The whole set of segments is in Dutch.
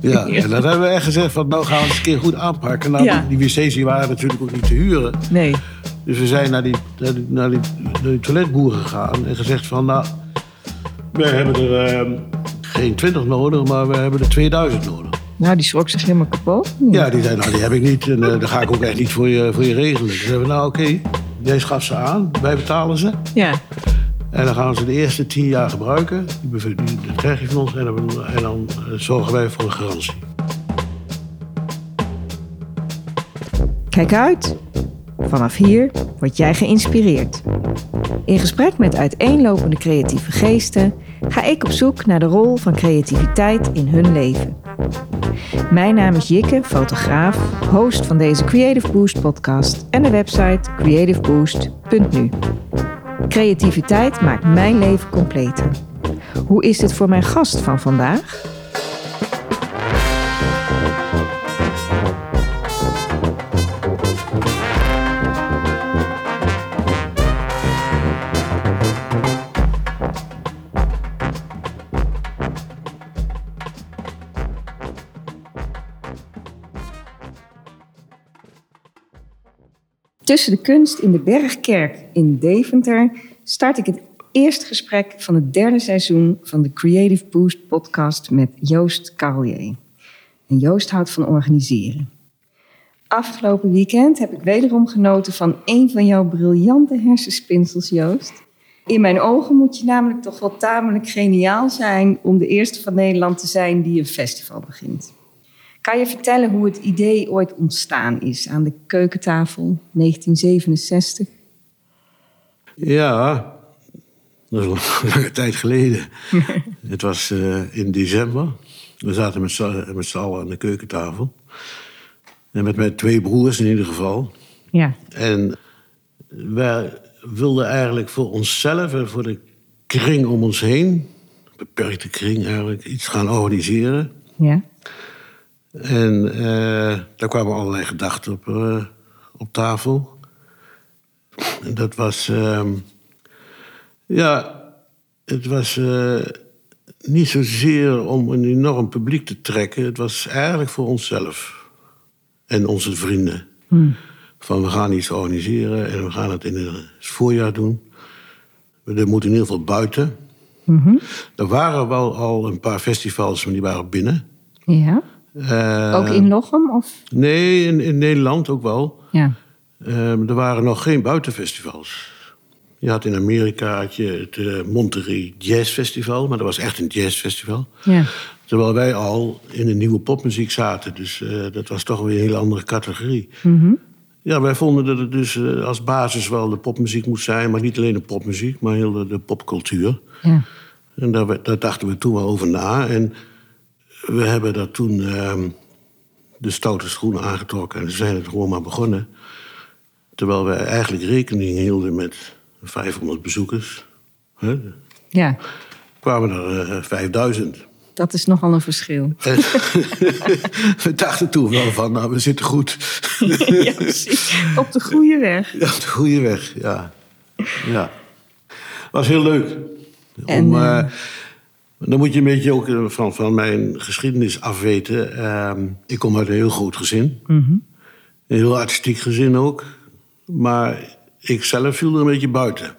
Ja, en dat hebben we echt gezegd van nou gaan we het eens een keer goed aanpakken. Nou, Ja. die, die wc's die waren natuurlijk ook niet te huren. Nee. Dus we zijn naar die, naar die, naar die, naar die toiletboer gegaan en gezegd van nou, we hebben er ehm, geen 20 nodig, maar we hebben er 2000 nodig. Nou, die schrok zich helemaal kapot. Ja, die zei nou die heb ik niet en eh daar ga ik ook echt niet voor je, voor je regelen. Ze zeiden we, nou oké, jij schaf ze aan, wij betalen ze. Ja. En dan gaan we ze de eerste 10 jaar gebruiken. Die, bev- die, dat krijg je van ons en dan, en dan eh, zorgen wij voor een garantie. Kijk uit! Vanaf hier word jij geïnspireerd. In gesprek met uiteenlopende creatieve geesten ga ik op zoek naar de rol van creativiteit in hun leven. Mijn naam is Jikke, fotograaf, host van deze Creative Boost podcast en de website creativeboost.nu. Creativiteit maakt mijn leven completer. Hoe is dit voor mijn gast van vandaag? Tussen de kunst in de Bergkerk in Deventer start ik het eerste gesprek van het derde seizoen van de Creative Boost podcast met Joost Carlier. En Joost houdt van organiseren. Afgelopen weekend heb ik wederom genoten van een van jouw briljante hersenspinsels, Joost. In mijn ogen moet je namelijk toch wel tamelijk geniaal zijn om de eerste van Nederland te zijn die een festival begint. Kan je vertellen hoe het idee ooit ontstaan is aan de keukentafel 1967? Ja, dat is al lange tijd geleden. het was eh, in december. We zaten met z'n met z'n allen aan de keukentafel. En met mijn twee broers in ieder geval. Ja. En wij wilden eigenlijk voor onszelf en voor de kring om ons heen... een beperkte kring eigenlijk, iets gaan organiseren. Ja. En eh, daar kwamen allerlei gedachten op, eh, op tafel. En dat was. ehm, ja, het was eh, niet zozeer om een enorm publiek te trekken. Het was eigenlijk voor onszelf en onze vrienden. Van we gaan iets organiseren en we gaan het in het voorjaar doen. We moeten in ieder geval buiten. Mhm. Er waren wel al een paar festivals, maar die waren binnen. Ja. Eh, Ook in Lochem? Of? Nee, in, in Nederland ook wel. Ja. Ehm, er waren nog geen buitenfestivals. Je had in Amerika had je het eh, Monterey Jazz Festival, maar dat was echt een jazzfestival. Ja. Terwijl wij al in de nieuwe popmuziek zaten, dus eh, dat was toch weer een hele andere categorie. Ja, wij vonden dat het dus eh, als basis wel de popmuziek moest zijn, maar niet alleen de popmuziek, maar heel de, de popcultuur. Ja. En daar, we- daar dachten we toen wel over na. En we hebben dat toen ehm, de stoute schoenen aangetrokken. En we zijn het gewoon maar begonnen. Terwijl we eigenlijk rekening hielden met 500 bezoekers. Hè? ja. Kwamen er eh, 5000. Dat is nogal een verschil. En we dachten toen wel van, nou, we zitten goed. ja, precies. Op de goede weg. Ja, op de goede weg, ja. Ja. Was heel leuk. En, Om, eh, dan moet je een beetje ook eh, van, van mijn geschiedenis afweten. Ehm, ik kom uit een heel groot gezin. Mhm. Een heel artistiek gezin ook. Maar ik zelf viel er een beetje buiten.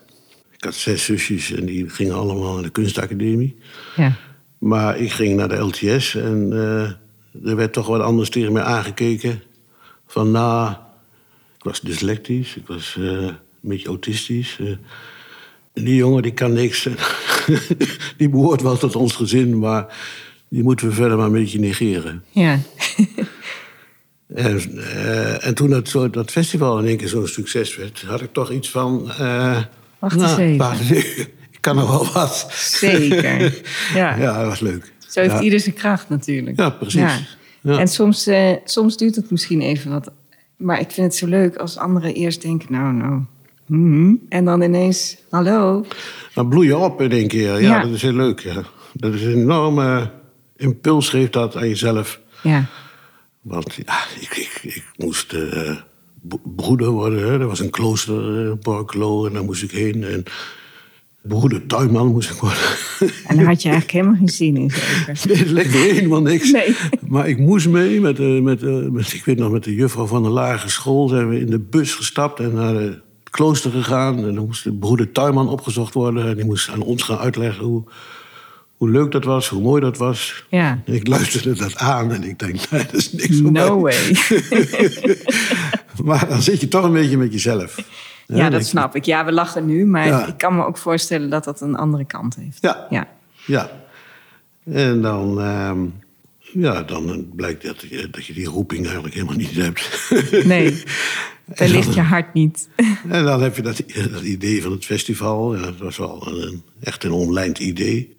Ik had zes zusjes en die gingen allemaal naar de kunstacademie. Ja. Maar ik ging naar de LTS en eh, er werd toch wat anders tegen mij aangekeken. Van nou, ik was dyslectisch, ik was eh, een beetje autistisch. eh. die jongen die kan niks. die behoort wel tot ons gezin, maar die moeten we verder maar een beetje negeren. Ja. En, eh, en toen dat, zo- dat festival in één keer zo'n succes werd, had ik toch iets van. eh, Wacht eens even. wacht eens even. Ik kan nog wel wat. Zeker. Ja. Ja, dat was leuk. Zo heeft Ja. ieder zijn kracht natuurlijk. Ja, precies. Ja. En soms, eh, soms duurt het misschien even wat. Maar ik vind het zo leuk als anderen eerst denken, nou, nou. mhm. En dan ineens, hallo. Dan bloei je op in één keer. Ja, Ja. dat is heel leuk. Ja. Dat is een enorme impuls geeft dat aan jezelf. Ja. Want ja, ik, ik, ik moest eh, bo- broeder worden. Hè. Er was een klooster, eh, Borculo, en daar moest ik heen. En Broeder tuinman moest ik worden. En daar had je eigenlijk helemaal geen zin in, zeker. Nee, het leek me helemaal niks. Nee. Maar ik moest mee. Met, eh, met, eh, met, ik weet nog, met de juffrouw van de lagere school zijn we in de bus gestapt en naar het klooster gegaan. En dan moest de broeder Tuinman opgezocht worden. En die moest aan ons gaan uitleggen hoe, hoe leuk dat was, hoe mooi dat was. Ja. En ik luisterde dat aan en ik denk, nee, dat is niks voor mij. No way. Maar dan zit je toch een beetje met jezelf. Ja, dan dat denk je, snap ik. Ja, we lachen nu, maar Ja. ik kan me ook voorstellen dat dat een andere kant heeft. Ja. Ja, Ja. En dan, ehm, ja, dan eh, blijkt dat je, dat je die roeping eigenlijk helemaal niet hebt. nee, daar ligt je hart niet. En dan heb je dat, dat idee van het festival. Ja, dat was wel een- een, echt een omlijnd idee.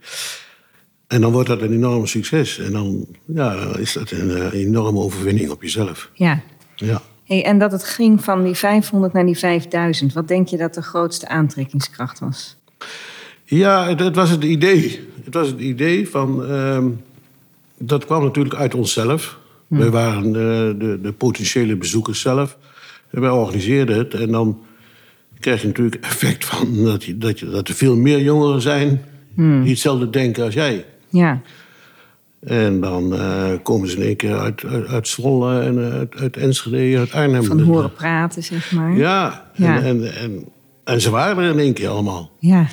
En dan wordt dat een enorm succes. En dan ja, dan is dat een eh, enorme overwinning op jezelf. Ja. Ja. Hey, en dat het ging van die 500 naar die 5000. Wat denk je dat de grootste aantrekkingskracht was? Ja, het, het was het idee. Het was het idee van. ehm, dat kwam natuurlijk uit onszelf. Wij waren eh, de, de potentiële bezoekers zelf. En wij organiseerden het. En dan krijg je natuurlijk effect van dat, je, dat, je, dat er veel meer jongeren zijn. die hetzelfde denken als jij. Ja, En dan eh, komen ze in één keer uit, uit, uit Zwolle en eh, uit, uit Enschede, uit Arnhem. van Dus, horen praten, zeg maar. Ja, Ja. En, en, en, en ze waren er in één keer allemaal Ja,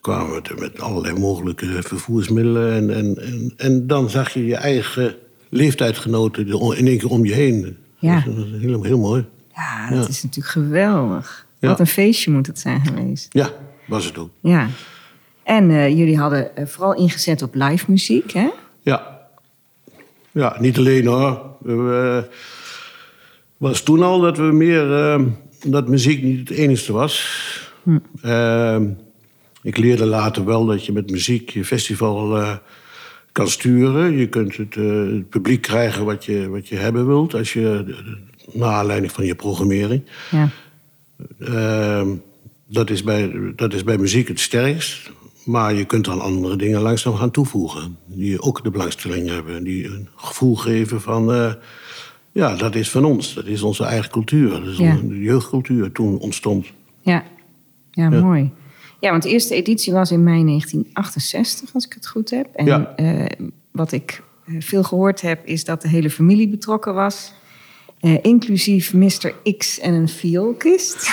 kwamen we er met allerlei mogelijke vervoersmiddelen. En, en, en, en dan zag je je eigen leeftijdgenoten er o- in één keer om je heen. Ja. Dat is heel, heel mooi. Ja, dat Ja. is natuurlijk geweldig. Ja. Wat een feestje moet het zijn geweest. Ja, was het ook. Ja. En eh, jullie hadden eh, vooral ingezet op live muziek, hè? Ja. Ja, niet alleen hoor. Het was toen al dat we meer... ehm, dat muziek niet het enigste was. Ehm, ik leerde later wel dat je met muziek je festival eh, kan sturen. Je kunt het, eh, het publiek krijgen wat je, wat je hebben wilt... Als je, naar aanleiding van je programmering. Ja. Ehm, dat, is bij, dat is bij muziek het sterkst. Maar je kunt dan andere dingen langzaam gaan toevoegen. Die ook de belangstelling hebben. Die een gevoel geven van... eh, ja, dat is van ons. Dat is onze eigen cultuur. Dat is Ja. onze jeugdcultuur toen ontstond. Ja. ja, Ja. mooi. Ja, want de eerste editie was in mei 1968, als ik het goed heb. En Ja. eh, wat ik eh, veel gehoord heb, is dat de hele familie betrokken was. Eh, inclusief Mr. X en een vioolkist.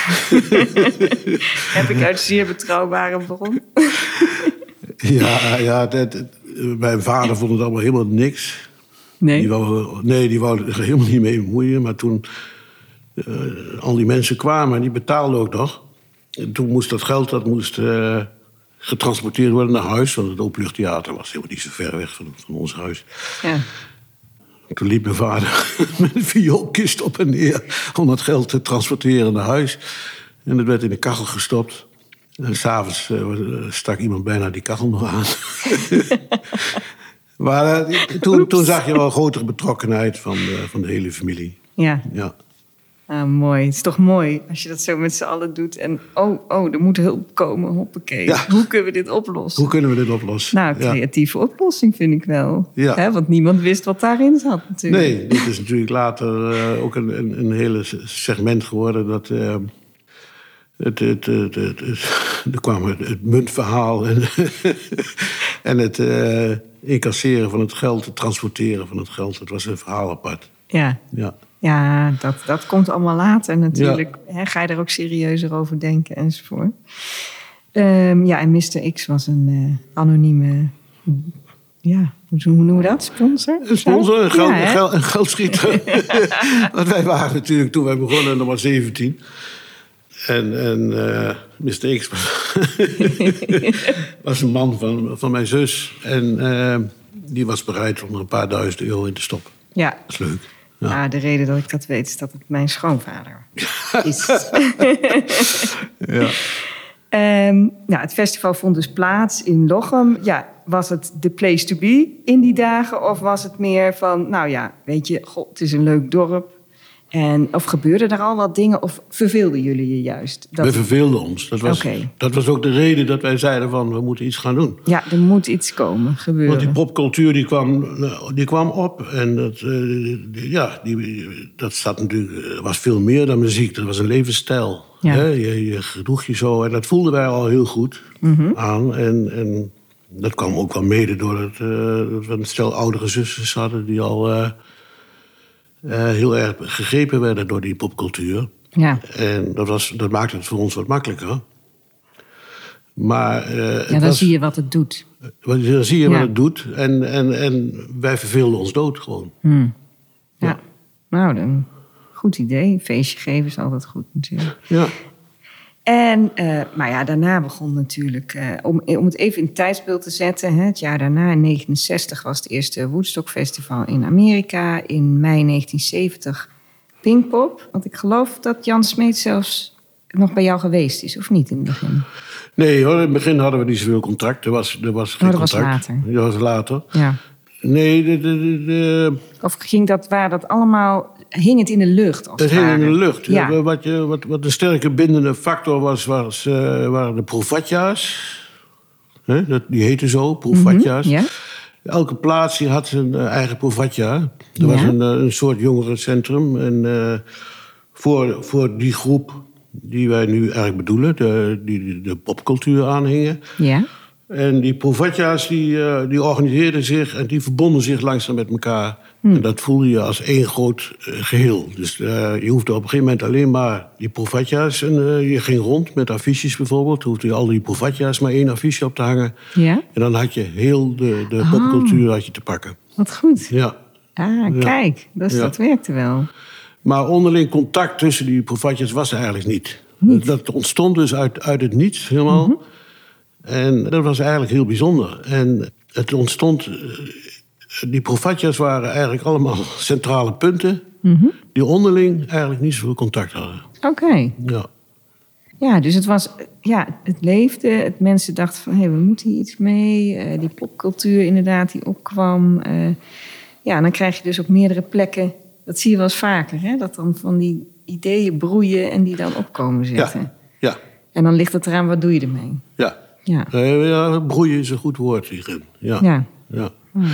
heb ik uit zeer betrouwbare bron. Ja, ja dat- dat- mijn vader vond het allemaal helemaal niks. Die wou, nee, die wou er helemaal niet mee bemoeien. Maar toen eh, al die mensen kwamen, en die betaalden ook nog. En toen moest dat geld dat moest, eh, getransporteerd worden naar huis. Want het openluchttheater was helemaal niet zo ver weg van, van ons huis. Ja. Toen liep mijn vader met een vioolkist op en neer om dat geld te transporteren naar huis. En dat werd in de kachel gestopt. En s'avonds avonds stak iemand bijna die kachel nog aan. maar eh, toen, toen zag je wel een grotere betrokkenheid van de, van de hele familie. ja. Ja. Ah, mooi. Het is toch mooi als je dat zo met z'n allen doet. En oh, oh, er moet hulp komen. Hoppakee. Ja. Hoe kunnen we dit oplossen? Hoe kunnen we dit oplossen? Nou, Ja. creatieve oplossing vind ik wel. Ja. Hè, want niemand wist wat daarin zat natuurlijk. Nee, dit is natuurlijk later eh, ook een, een, een hele se- segment geworden dat. eh, het, het, het, het- het- er kwam het, het muntverhaal en, en het eh, incasseren van het geld, het transporteren van het geld. Het was een verhaal apart. Ja, Ja, ja dat, dat komt allemaal later natuurlijk. Hè, ga je er ook serieuzer over denken enzovoort. Ehm, ja, en Mr. X was een eh, anonieme... Ja, hoe hoe noemen we dat? Sponsor? een sponsor, een, geld, Ja, hè? een geld- een geldschieter. Want wij waren natuurlijk toen wij begonnen nog maar 17. En, en eh Mr. X was, was een man van, van mijn zus. En eh, die was bereid om er een paar duizend euro in te stoppen. Ja, Dat is leuk. ja. Ja. Ah, de reden dat ik dat weet is dat het mijn schoonvader is. Ja. Ehm, nou, het festival vond dus plaats in Lochem. Ja, was het de place to be in die dagen? Of was het meer van, nou ja, weet je, god, het is een leuk dorp. En, of gebeurden er al wat dingen? Of verveelden jullie je juist? We Dat, verveelden ons. Dat was, Oké. dat was ook de reden dat wij zeiden van we moeten iets gaan doen. ja, er moet iets komen, Want die gebeuren. popcultuur die kwam, nou, die kwam op. En dat, eh, die- ja, die, dat zat natuurlijk, was veel meer dan muziek. Dat was een levensstijl. Ja. Hè, je, je gedroeg je zo. En dat voelden wij al heel goed Mhm. aan. En, en dat kwam ook wel mede doordat eh, dat we een stel oudere zusters hadden... die al eh, eh, heel erg gegrepen werden door die popcultuur. Ja. En dat, was, dat maakte het voor ons wat makkelijker. Maar eh, het ja, dan was- zie je wat het doet. want Dan zie je wat Ja. het doet. En, en, en wij verveelden ons dood gewoon. Hmm. Ja. Nou, dan, goed idee. Feestje geven is altijd goed natuurlijk. Ja. En, eh, maar ja, daarna begon natuurlijk, eh, om, om het even in het tijdsbeeld te zetten, hè, het jaar daarna, in 1969, was het eerste Woodstock Festival in Amerika. In mei 1970 Pinkpop. Want ik geloof dat Jan Smeet zelfs nog bij jou geweest is, of niet in het begin? Nee hoor, in het begin hadden we niet zoveel contact. Er was, er was geen Oh, dat was contact. later. Dat was later. Ja. Nee, de, de, de, de- Of ging dat waar dat allemaal, hing het in de lucht? Als het het hing in de ware? lucht. Ja. Eh, Wat, je, wat, wat een sterke bindende factor was, was eh, waren de provatja's. Hè, dat, die heten zo, provatja's. Mhm. ja. Elke plaats die had zijn eh, eigen provatja. Er was Ja. een, eh, een soort jongerencentrum. En eh, voor, voor die groep die wij nu eigenlijk bedoelen, de, die die de popcultuur aanhingen. Ja. En die provatja's die, eh, die organiseerden zich en die verbonden zich langzaam met elkaar. En dat voelde je als één groot eh, geheel. Dus eh, je hoefde op een gegeven moment alleen maar die provatja's. En eh, je ging rond met affiches bijvoorbeeld. Toen hoefde je al die provatja's maar één affiche op te hangen. Ja, En dan had je heel de, de popcultuur had je te pakken. wat goed. Ja. Ah, Ja. kijk, dus Ja. dat werkte wel. Maar onderling contact tussen die provatjes was er eigenlijk niet. Dat ontstond dus uit, uit het niets helemaal. En dat was eigenlijk heel bijzonder. En het ontstond... eh, Die provatjas waren eigenlijk allemaal centrale punten... die onderling eigenlijk niet zoveel contact hadden. Oké. Ja. Ja, dus het was, ja, het leefde. Het mensen dachten van, hé, we moeten hier iets mee. Eh, die popcultuur inderdaad, die opkwam. Eh, ja, en dan krijg je dus op meerdere plekken, dat zie je wel eens vaker, hè? dat dan van die ideeën broeien en die dan opkomen zitten. Ja. Ja. En dan ligt het eraan, wat doe je ermee? Ja. Ja, Eh, ja. Broeien is een goed woord hierin. Ja. ja. Oh, Ja.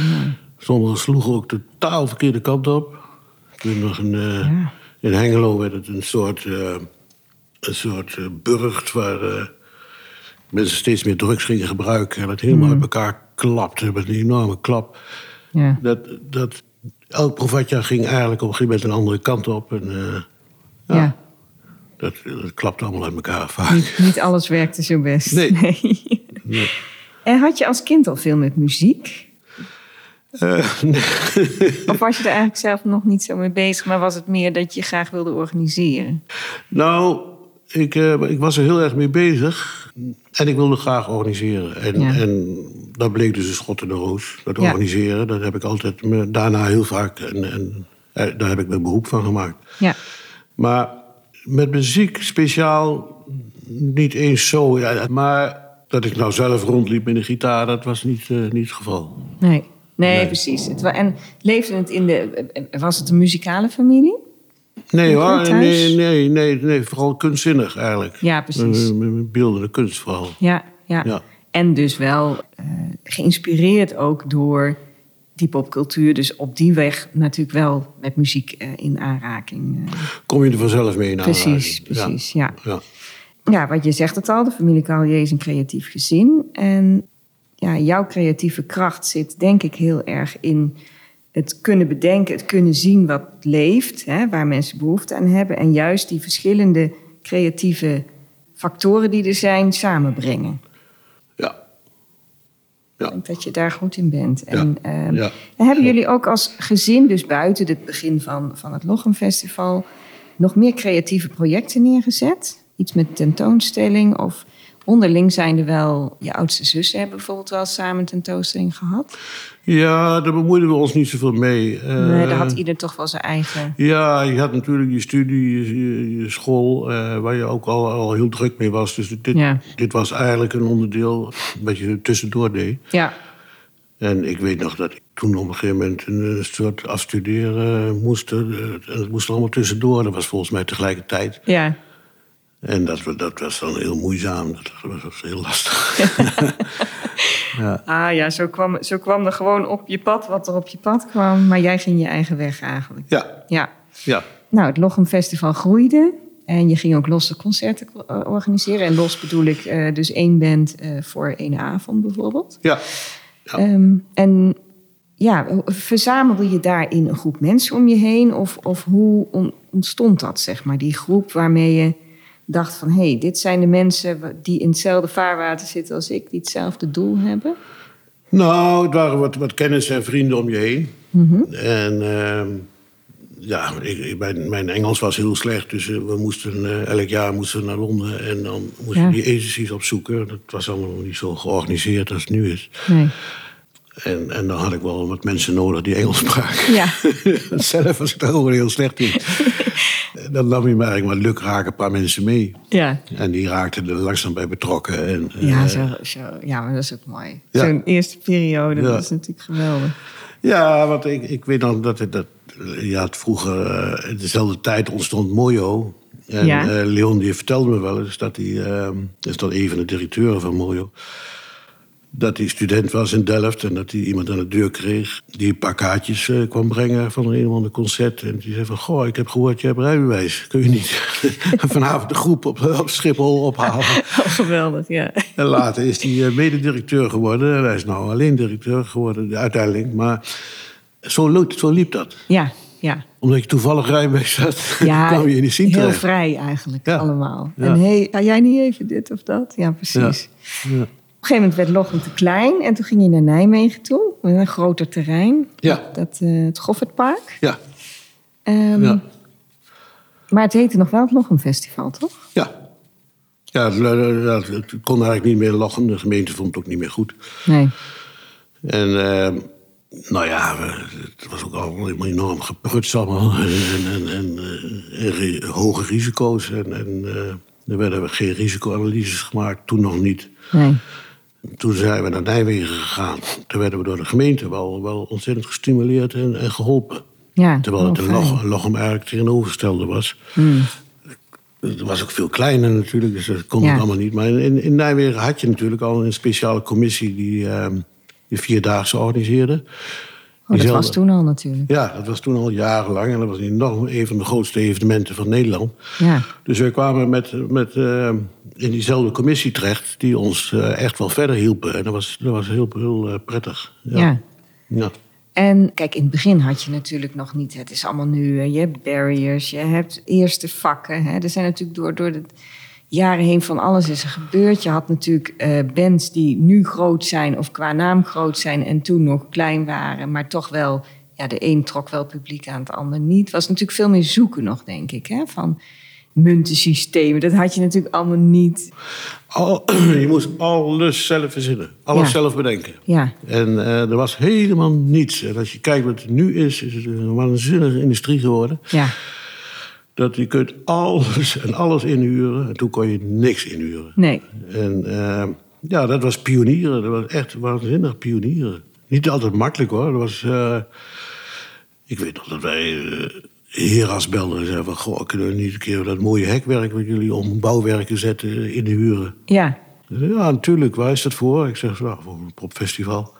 Sommigen sloegen ook totaal verkeerde kant op. Ik weet nog een, eh, Ja. in Hengelo werd het een soort, eh, een soort eh, burcht waar eh, mensen steeds meer drugs gingen gebruiken. En het helemaal Mm. uit elkaar klapte met een enorme klap. ja. Dat, dat, elk provatja ging eigenlijk op een gegeven moment een andere kant op. En, eh, ja. dat, dat klapte allemaal uit elkaar Niet, vaak. niet alles werkte zo best. Nee. En had je als kind al veel met muziek? Eh, nee. Of was je er eigenlijk zelf nog niet zo mee bezig, maar was het meer dat je graag wilde organiseren? Nou, ik, eh, ik was er heel erg mee bezig. En ik wilde graag organiseren. En, Ja. en dat bleek dus een schot in de roos. Dat Ja. organiseren, dat heb ik altijd me, daarna heel vaak. En, en eh, daar heb ik mijn beroep van gemaakt. Ja, Maar met muziek speciaal niet eens zo. Ja, maar dat ik nou zelf rondliep met een gitaar, dat was niet, eh, niet het geval. nee. Nee, Nee. precies. Het wa- en leefde het in de. eh, Was het een muzikale familie? Nee Ook hoor, niet thuis? nee, nee, nee, nee, vooral kunstzinnig eigenlijk. Ja, precies. Eh, Beeldende kunst vooral. Ja, ja. Ja. En dus wel eh, geïnspireerd ook door die popcultuur. Dus op die weg natuurlijk wel met muziek eh, in aanraking. eh. Kom je er vanzelf mee naar. precies, precies. Ja. Ja. Ja, wat je zegt het al, de familie Callier is een creatief gezin. En ja, jouw creatieve kracht zit denk ik heel erg in het kunnen bedenken, het kunnen zien wat leeft, hè, waar mensen behoefte aan hebben. En juist die verschillende creatieve factoren die er zijn, samenbrengen. Ja. Ik denk dat je daar goed in bent. En, ehm, ja. en hebben jullie ook als gezin, dus buiten het begin van, van het Lochem Festival, nog meer creatieve projecten neergezet? Iets met tentoonstelling of onderling zijn er wel, je oudste zussen hebben bijvoorbeeld wel samen een tentoonstelling gehad. ja, daar bemoeiden we ons niet zoveel mee. Eh, nee, daar had ieder toch wel zijn eigen. Ja, je had natuurlijk je studie, je, je- je school, eh, waar je ook al, al heel druk mee was. Dus dit, Ja. dit was eigenlijk een onderdeel wat je tussendoor deed. Ja, En ik weet nog dat ik toen op een gegeven moment een eh, soort afstuderen moest. eh, En het moest allemaal tussendoor. Dat was volgens mij tegelijkertijd. ja. En dat, wa- dat was dan heel moeizaam. Dat was- was heel lastig. Ah ja, zo kwam, zo kwam er gewoon op je pad wat er op je pad kwam, maar jij ging je eigen weg eigenlijk. ja, Ja, ja. nou het Lochem Festival groeide. En je ging ook losse concerten eh, organiseren. En los bedoel ik eh, dus één band eh, voor één avond bijvoorbeeld. Ja. Ehm, en ja, verzamelde je daarin een groep mensen om je heen? Of, of hoe on- ontstond dat, zeg maar? Die groep waarmee je dacht van... hé, hey, dit zijn de mensen wa- die in hetzelfde vaarwater zitten als ik... die hetzelfde doel hebben. Nou, het waren wat, wat kennis en vrienden om je heen. Mhm. En ehm, ja, ik, ik- mijn, mijn Engels was heel slecht. Dus eh, we moesten, eh, elk jaar moesten we naar Londen. En dan moesten we Ja. die agencies opzoeken. Dat was allemaal niet zo georganiseerd als het nu is. Nee. En, en dan had ik wel wat mensen nodig die Engels spraken. Ja. Zelf was ik daar ook wel heel slecht in. En dan nam je maar eigenlijk maar luk raken een paar mensen mee. Ja, En die raakten er langzaam bij betrokken. En, ja, eh, zo, zo, ja maar dat is ook mooi. Ja. Zo'n eerste periode, Ja. dat is natuurlijk geweldig. Ja, want ik, ik weet nog dat, het- dat ja, het vroeger, eh, in dezelfde tijd ontstond Mojo. En Ja. eh, Leon die vertelde me wel eens dat hij, ehm, dat is dan een van de directeuren van Mojo, dat hij student was in Delft en dat hij iemand aan de deur kreeg die een paar kaartjes eh, kwam brengen van een of ander concert. En die zei van, goh, ik heb gehoord, je hebt rijbewijs. Kun je niet vanavond de groep op, op Schiphol ophalen? geweldig, ja. En later is hij eh, mededirecteur geworden. En hij is nou alleen directeur geworden uiteindelijk. Maar zo, lo- zo liep dat. Ja, ja. Omdat je toevallig rijbewijs had, kwam je in die scene heel terecht. vrij eigenlijk Ja. allemaal. Ja. En hey, had jij niet even dit of dat? Ja, precies. Ja. Op een gegeven moment werd Lochem te klein en toen ging je naar Nijmegen toe, met een groter terrein. Ja. Dat, eh, het Goffertpark. Ja, Ehm, ja, Maar het heette nog wel het Lochem Festival, toch? ja. Ja, het, eh, het- het kon eigenlijk niet meer lachen. De gemeente vond het ook niet meer goed. Nee. En eh, nou ja, we- het was ook allemaal enorm gepruts allemaal. En, en, en, eh, en ri- hoge risico's. En, en eh, er werden geen risicoanalyses gemaakt, toen nog niet. nee. Oh, Toen zijn we naar Nijmegen gegaan. Toen werden we door de gemeente wel, wel ontzettend gestimuleerd en, en geholpen. Ja, Terwijl het heel in fijn. Hmm. Lochem, Lochem eigenlijk tegenovergestelde was. Het was ook veel kleiner natuurlijk, dus dat kon Ja. het allemaal niet. Maar in, in Nijmegen had je natuurlijk al een speciale commissie die ehm de Vierdaagse organiseerde. Oh, dat Diezelfde- was toen al natuurlijk. Ja, dat was toen al jarenlang. En dat was nog een van de grootste evenementen van Nederland. Ja. Dus wij kwamen met, met, ehm, in diezelfde commissie terecht... die ons eh, echt wel verder hielpen. En dat was, dat was heel, heel eh, prettig. Ja. ja. En kijk, in het begin had je natuurlijk nog niet. Het is allemaal nu. eh, Je hebt barriers, je hebt eerste vakken. Hè. Er zijn natuurlijk door, door de jaren heen van alles is er gebeurd. Je had natuurlijk eh, bands die nu groot zijn of qua naam groot zijn en toen nog klein waren, maar toch wel. Ja, de een trok wel publiek aan, het ander niet. Het was natuurlijk veel meer zoeken nog, denk ik. Hè? Van muntensystemen, dat had je natuurlijk allemaal niet. Al, je moest alles zelf verzinnen. Alles Ja. zelf bedenken. Ja, En eh, er was helemaal niets. En als je kijkt wat het nu is, is het een waanzinnige industrie geworden. ja, Dat je kunt alles en alles inhuren. En toen kon je niks inhuren. nee. En eh, ja, dat was pionieren. Dat was echt waanzinnig pionieren. Niet altijd makkelijk hoor. Dat was, eh, ik weet nog dat wij eh Heras belden en zeiden van... Goh, kunnen we niet een keer dat mooie hekwerk wat jullie om bouwwerken zetten inhuren? Ja, Ze zei, Ja, natuurlijk, waar is dat voor? Ik zeg, nou, voor een popfestival.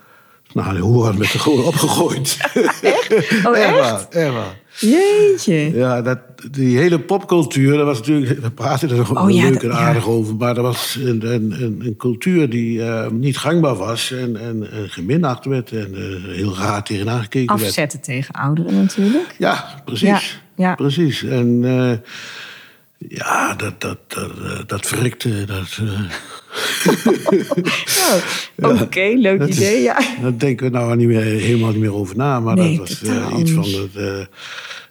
Nou, de hoera werd er gewoon opgegooid. Oh, echt? waar, echt waar. jeetje. Ja, dat, die hele popcultuur, dat was natuurlijk... We praten er nog wel Oh, ja, leuk en dat- ja. aardig over. Maar dat was een, een, een, een cultuur die eh, niet gangbaar was. En, en, en geminacht werd. En eh, heel raar tegenaan gekeken werd. Afzetten tegen ouderen natuurlijk. Ja, precies. Ja, ja. Precies. En eh, ja, dat, dat, dat, eh, dat verrikte. Dat, eh, Oh, Oké, leuk Dat is- idee. Ja. Daar denken we nou niet meer, helemaal niet meer over na. Maar Nee, dat was eh, totaal iets van anders. dat, eh,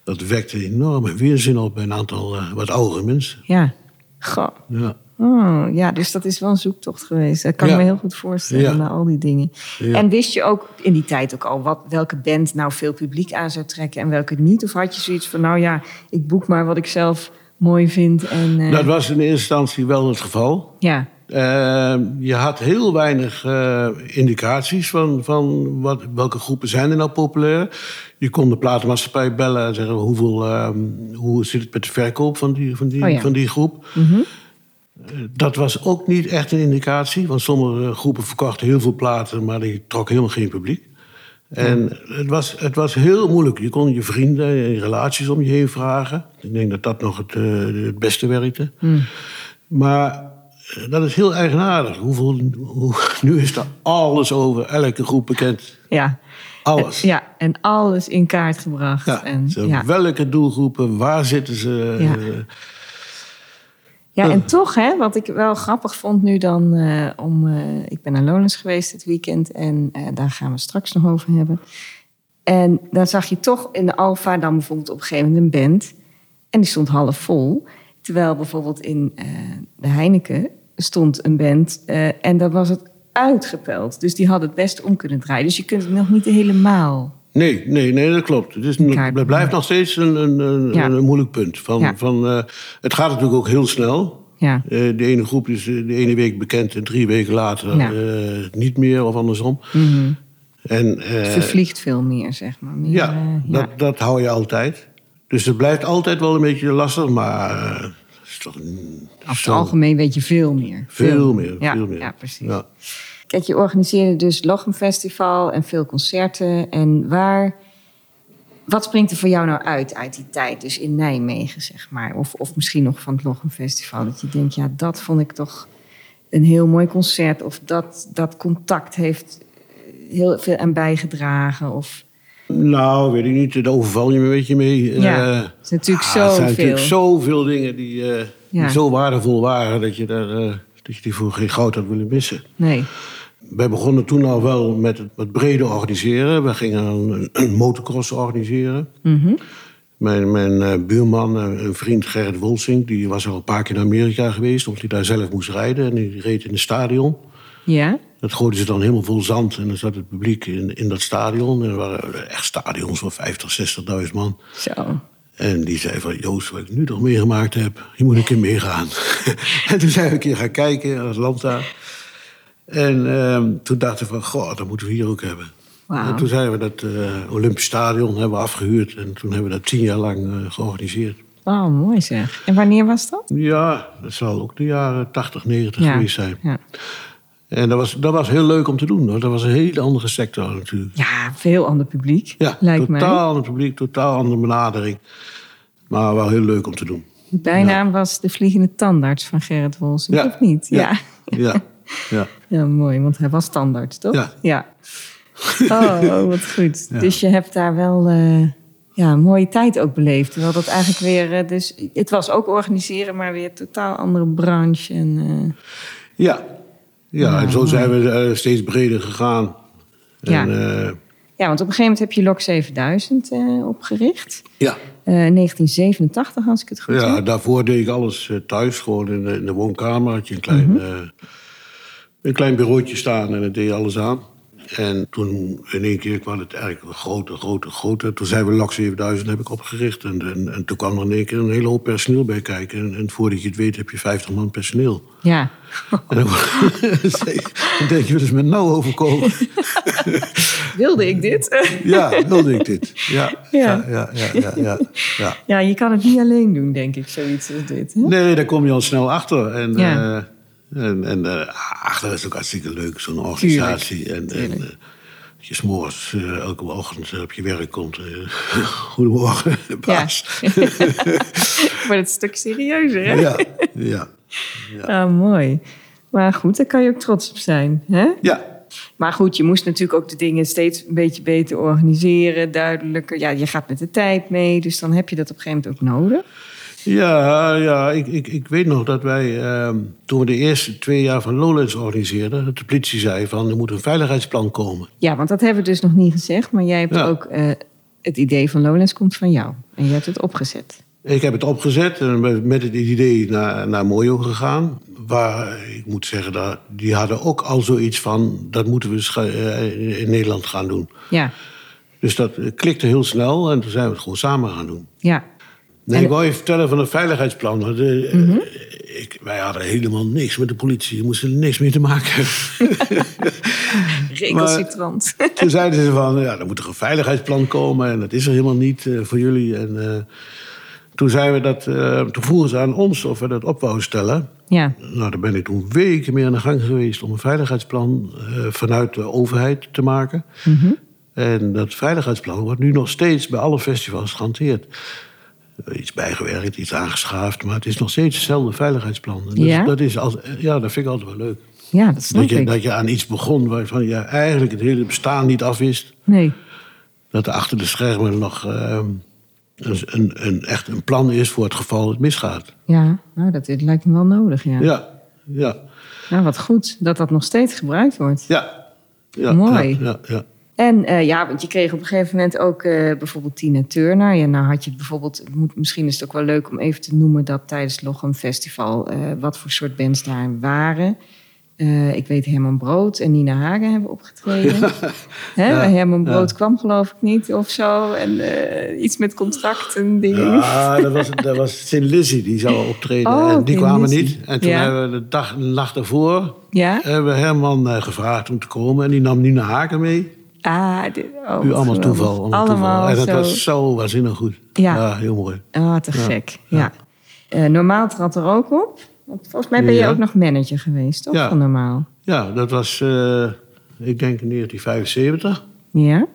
dat wekte enorme weerzin op bij een aantal eh, wat oudere mensen. ja. Goh. Ja. Oh, ja, dus dat is wel een zoektocht geweest. Dat kan Ja. ik me heel goed voorstellen, Ja. na al die dingen. Ja. En wist je ook in die tijd ook al wat, welke band nou veel publiek aan zou trekken en welke niet? Of had je zoiets van, nou ja, ik boek maar wat ik zelf mooi vind. En, eh, Nou, Dat was in eerste instantie wel het geval. ja. Eh, je had heel weinig eh, indicaties van, van wat, welke groepen zijn er nou populair. Je kon de platenmaatschappij bellen en zeggen hoeveel, eh, hoe zit het met de verkoop van die, van die, Oh ja. van die groep. Eh, Dat was ook niet echt een indicatie, want sommige groepen verkochten heel veel platen, maar die trok helemaal geen publiek. En het was, het was heel moeilijk. Je kon je vrienden en je relaties om je heen vragen. Ik denk dat dat nog het, eh, het beste werkte. Mm. Maar eh, dat is heel eigenaardig. Hoeveel, hoe, nu is er alles over, elke groep bekend. Ja. Alles. En, ja, en alles in kaart gebracht. Ja, en, zo, ja. Welke doelgroepen, waar zitten ze? Ja. eh, Ja, Oh. en toch, hè, wat ik wel grappig vond nu dan, eh, om, eh, ik ben naar Lowlands geweest dit weekend en eh, daar gaan we straks nog over hebben. En daar zag je toch in de Alfa dan bijvoorbeeld op een gegeven moment een band en die stond half vol. Terwijl bijvoorbeeld in eh, de Heineken stond een band eh, en daar was het uitgepeld. Dus die had het best om kunnen draaien. Dus je kunt het nog niet helemaal. Nee, nee, nee, dat klopt. Het, is, nog- Kaart- het blijft nog steeds een, een, een, Ja. een moeilijk punt. Van, Ja. van, eh, het gaat natuurlijk ook heel snel. Ja, Eh, de ene groep is eh, de ene week bekend en drie weken later Ja. Mhm. eh, niet meer of andersom. En, eh, het vervliegt veel meer, zeg maar. Meer, ja, eh, dat, dat hou je altijd. Dus het blijft altijd wel een beetje lastig, maar eh, het is toch een- Over zo het algemeen weet je veel meer. veel meer. Ja, veel meer. ja, precies. Ja. Kijk, je organiseerde dus Lochem Festival en veel concerten. En waar, wat springt er voor jou nou uit uit die tijd? Dus in Nijmegen, zeg maar. Of, of misschien nog van het Lochem Festival. Dat je denkt, ja, dat vond ik toch een heel mooi concert. Of dat, dat contact heeft heel veel aan bijgedragen. Of, Nou, weet ik niet. Daar overval je me een beetje mee. Ja, Eh, het is natuurlijk ah, Er zijn zoveel. natuurlijk zoveel dingen die, eh, die Ja. zo waardevol waren... dat je, daar, eh, dat je die voor geen goud had willen missen. nee, Wij begonnen toen al wel met het wat breder organiseren. We gingen een, een motocross organiseren. Mhm. Mijn, mijn eh, buurman, eh, een vriend Gerrit Wolsing... die was al een paar keer naar Amerika geweest... omdat hij daar zelf moest rijden. En die reed in een stadion. ja, Dat gooiden ze dan helemaal vol zand. En dan zat het publiek in, in dat stadion. En er waren echt stadions van 50, 60.000 man. zo. En die zei van, Joost, wat ik nu nog meegemaakt heb... je moet een keer meegaan. en toen zijn we een keer gaan kijken in Atlanta. En ehm, toen dachten we van, goh, dat moeten we hier ook hebben. Wauw. En toen zijn we dat eh, Olympisch Stadion hebben we afgehuurd. En toen hebben we dat tien jaar lang eh, georganiseerd. Wauw, mooi zeg. En wanneer was dat? Ja, dat zal ook de jaren 80, 90 geweest zijn. ja. En dat was, dat was heel leuk om te doen. Hoor. Dat was een hele andere sector natuurlijk. Ja, veel ander publiek, Ja, lijkt totaal mij. ander publiek, totaal andere benadering. Maar wel heel leuk om te doen. De bijnaam was de vliegende tandarts van Gerrit Wolsing, of niet? Ja. Ja. ja. Ja, mooi, want hij was tandarts, toch? Ja. Oh, oh, wat goed. Dus je hebt daar wel eh, ja, een mooie tijd ook beleefd. Terwijl dat eigenlijk weer... eh, dus, het was ook organiseren, maar weer een totaal andere branche. En, eh, Ja. Ja, en zo zijn we eh, steeds breder gegaan. En, Ja. eh, ja, want op een gegeven moment heb je LOK 7000 eh, opgericht. ja. Eh, 1987, als ik het goed ja, heb. daarvoor deed ik alles eh, thuis, gewoon in de, in de woonkamer. Had je een klein, eh, een klein bureautje staan en dan deed je alles aan. En toen in één keer kwam het eigenlijk groter, groter, groter. Toen zijn we LAX 7000 heb ik opgericht. En, en, en toen kwam er in één keer een hele hoop personeel bij kijken. En, en voordat je het weet heb je 50 man personeel. Ja. En dan, dan denk je, wat is me nou overkomen? Wilde ik dit? Ja, wilde ik dit. Ja, Ja. ja, ja, ja, ja, ja, ja. Ja, je kan het niet alleen doen, denk ik, zoiets als dit. Hè? Nee, daar kom je al snel achter. En, Hm? Ja. eh, en, en eh, ach, dat is ook hartstikke leuk, zo'n organisatie. en en eh, dat je s'morgens eh, elke ochtend eh, op je werk komt. eh, goedemorgen, baas. Ja. maar het stuk serieuzer, hè? ja, ja. Ah, mooi. Maar goed, daar kan je ook trots op zijn, hè? ja. Maar goed, je moest natuurlijk ook de dingen steeds een beetje beter organiseren, duidelijker. Ja, je gaat met de tijd mee, dus dan heb je dat op een gegeven moment ook nodig. Ja, ja ik, ik, ik weet nog dat wij, ehm, toen we de eerste twee jaar van Lowlands organiseerden, dat de politie zei van er moet een veiligheidsplan komen. Ja, want dat hebben we dus nog niet gezegd, maar jij hebt Ja. ook eh, het idee van Lowlands komt van jou. En je hebt het opgezet. Ik heb het opgezet en ben met het idee naar, naar Mojo gegaan. Waar, ik moet zeggen, dat, die hadden ook al zoiets van... dat moeten we scha- eh, in Nederland gaan doen. Ja, Dus dat eh, klikte heel snel en toen zijn we het gewoon samen gaan doen. ja, Nee, En- ik wou je vertellen van het veiligheidsplan. want, eh, eh, ik, wij hadden helemaal niks met de politie. We moesten er niks mee te maken hebben. recalcitrant. Toen zeiden ze van, ja, er moet toch een veiligheidsplan komen... en dat is er helemaal niet eh, voor jullie. En eh, toen, zijn we dat, eh, toen vroegen ze aan ons of we dat op wouden stellen. Ja, Nou, daar ben ik toen Mhm. weken mee aan de gang geweest... om een veiligheidsplan eh, vanuit de overheid te maken. En dat veiligheidsplan wordt nu nog steeds bij alle festivals gehanteerd. Iets bijgewerkt, iets aangeschaafd, maar het is nog steeds hetzelfde veiligheidsplan. En dat, Ja? dat is al, eh, ja, dat vind ik altijd wel leuk. Ja, dat snap Dat je, ik. dat je aan iets begon waarvan je eigenlijk het hele bestaan niet afwist. Nee. Dat er achter de schermen nog ehm, een, een, een- echt een plan is voor het geval het misgaat. Ja, nou, dat dit lijkt me wel nodig, ja. Ja, ja, Nou, wat goed dat dat nog steeds gebruikt wordt. ja. ja Mooi. Ja, ja, ja. En eh, ja, want je kreeg op een gegeven moment ook eh, bijvoorbeeld Tina Turner. Ja, nou had je bijvoorbeeld, het moet, misschien is het ook wel leuk om even te noemen dat tijdens het Lochem Festival eh, wat voor soort bands daar waren. Eh, ik weet Herman Brood en Nina Hagen hebben opgetreden. Hè, Ja, maar Herman ja. Brood kwam geloof ik niet of zo. En eh, iets met contracten, dingen. Ja, dat was, dat was Sin Lizzy die zou optreden. Oh, en die Thin kwamen Lizzy. niet. En toen Ja. hebben we de dag, de nacht daarvoor Ja? hebben we Herman eh, gevraagd om te komen. En die nam Nina Haken mee. Ah, dit, oh, wat U allemaal geweldig. toeval. Allemaal, allemaal toeval. En dat zo. was zo waanzinnig goed. Ja. heel mooi. Ah, te gek. Ja. Eh, normaal trad er ook op. Want volgens mij ben je Ja. ook nog manager geweest, toch? Ja. Van normaal. Ja, dat was, eh, ik denk, 1975. Ja?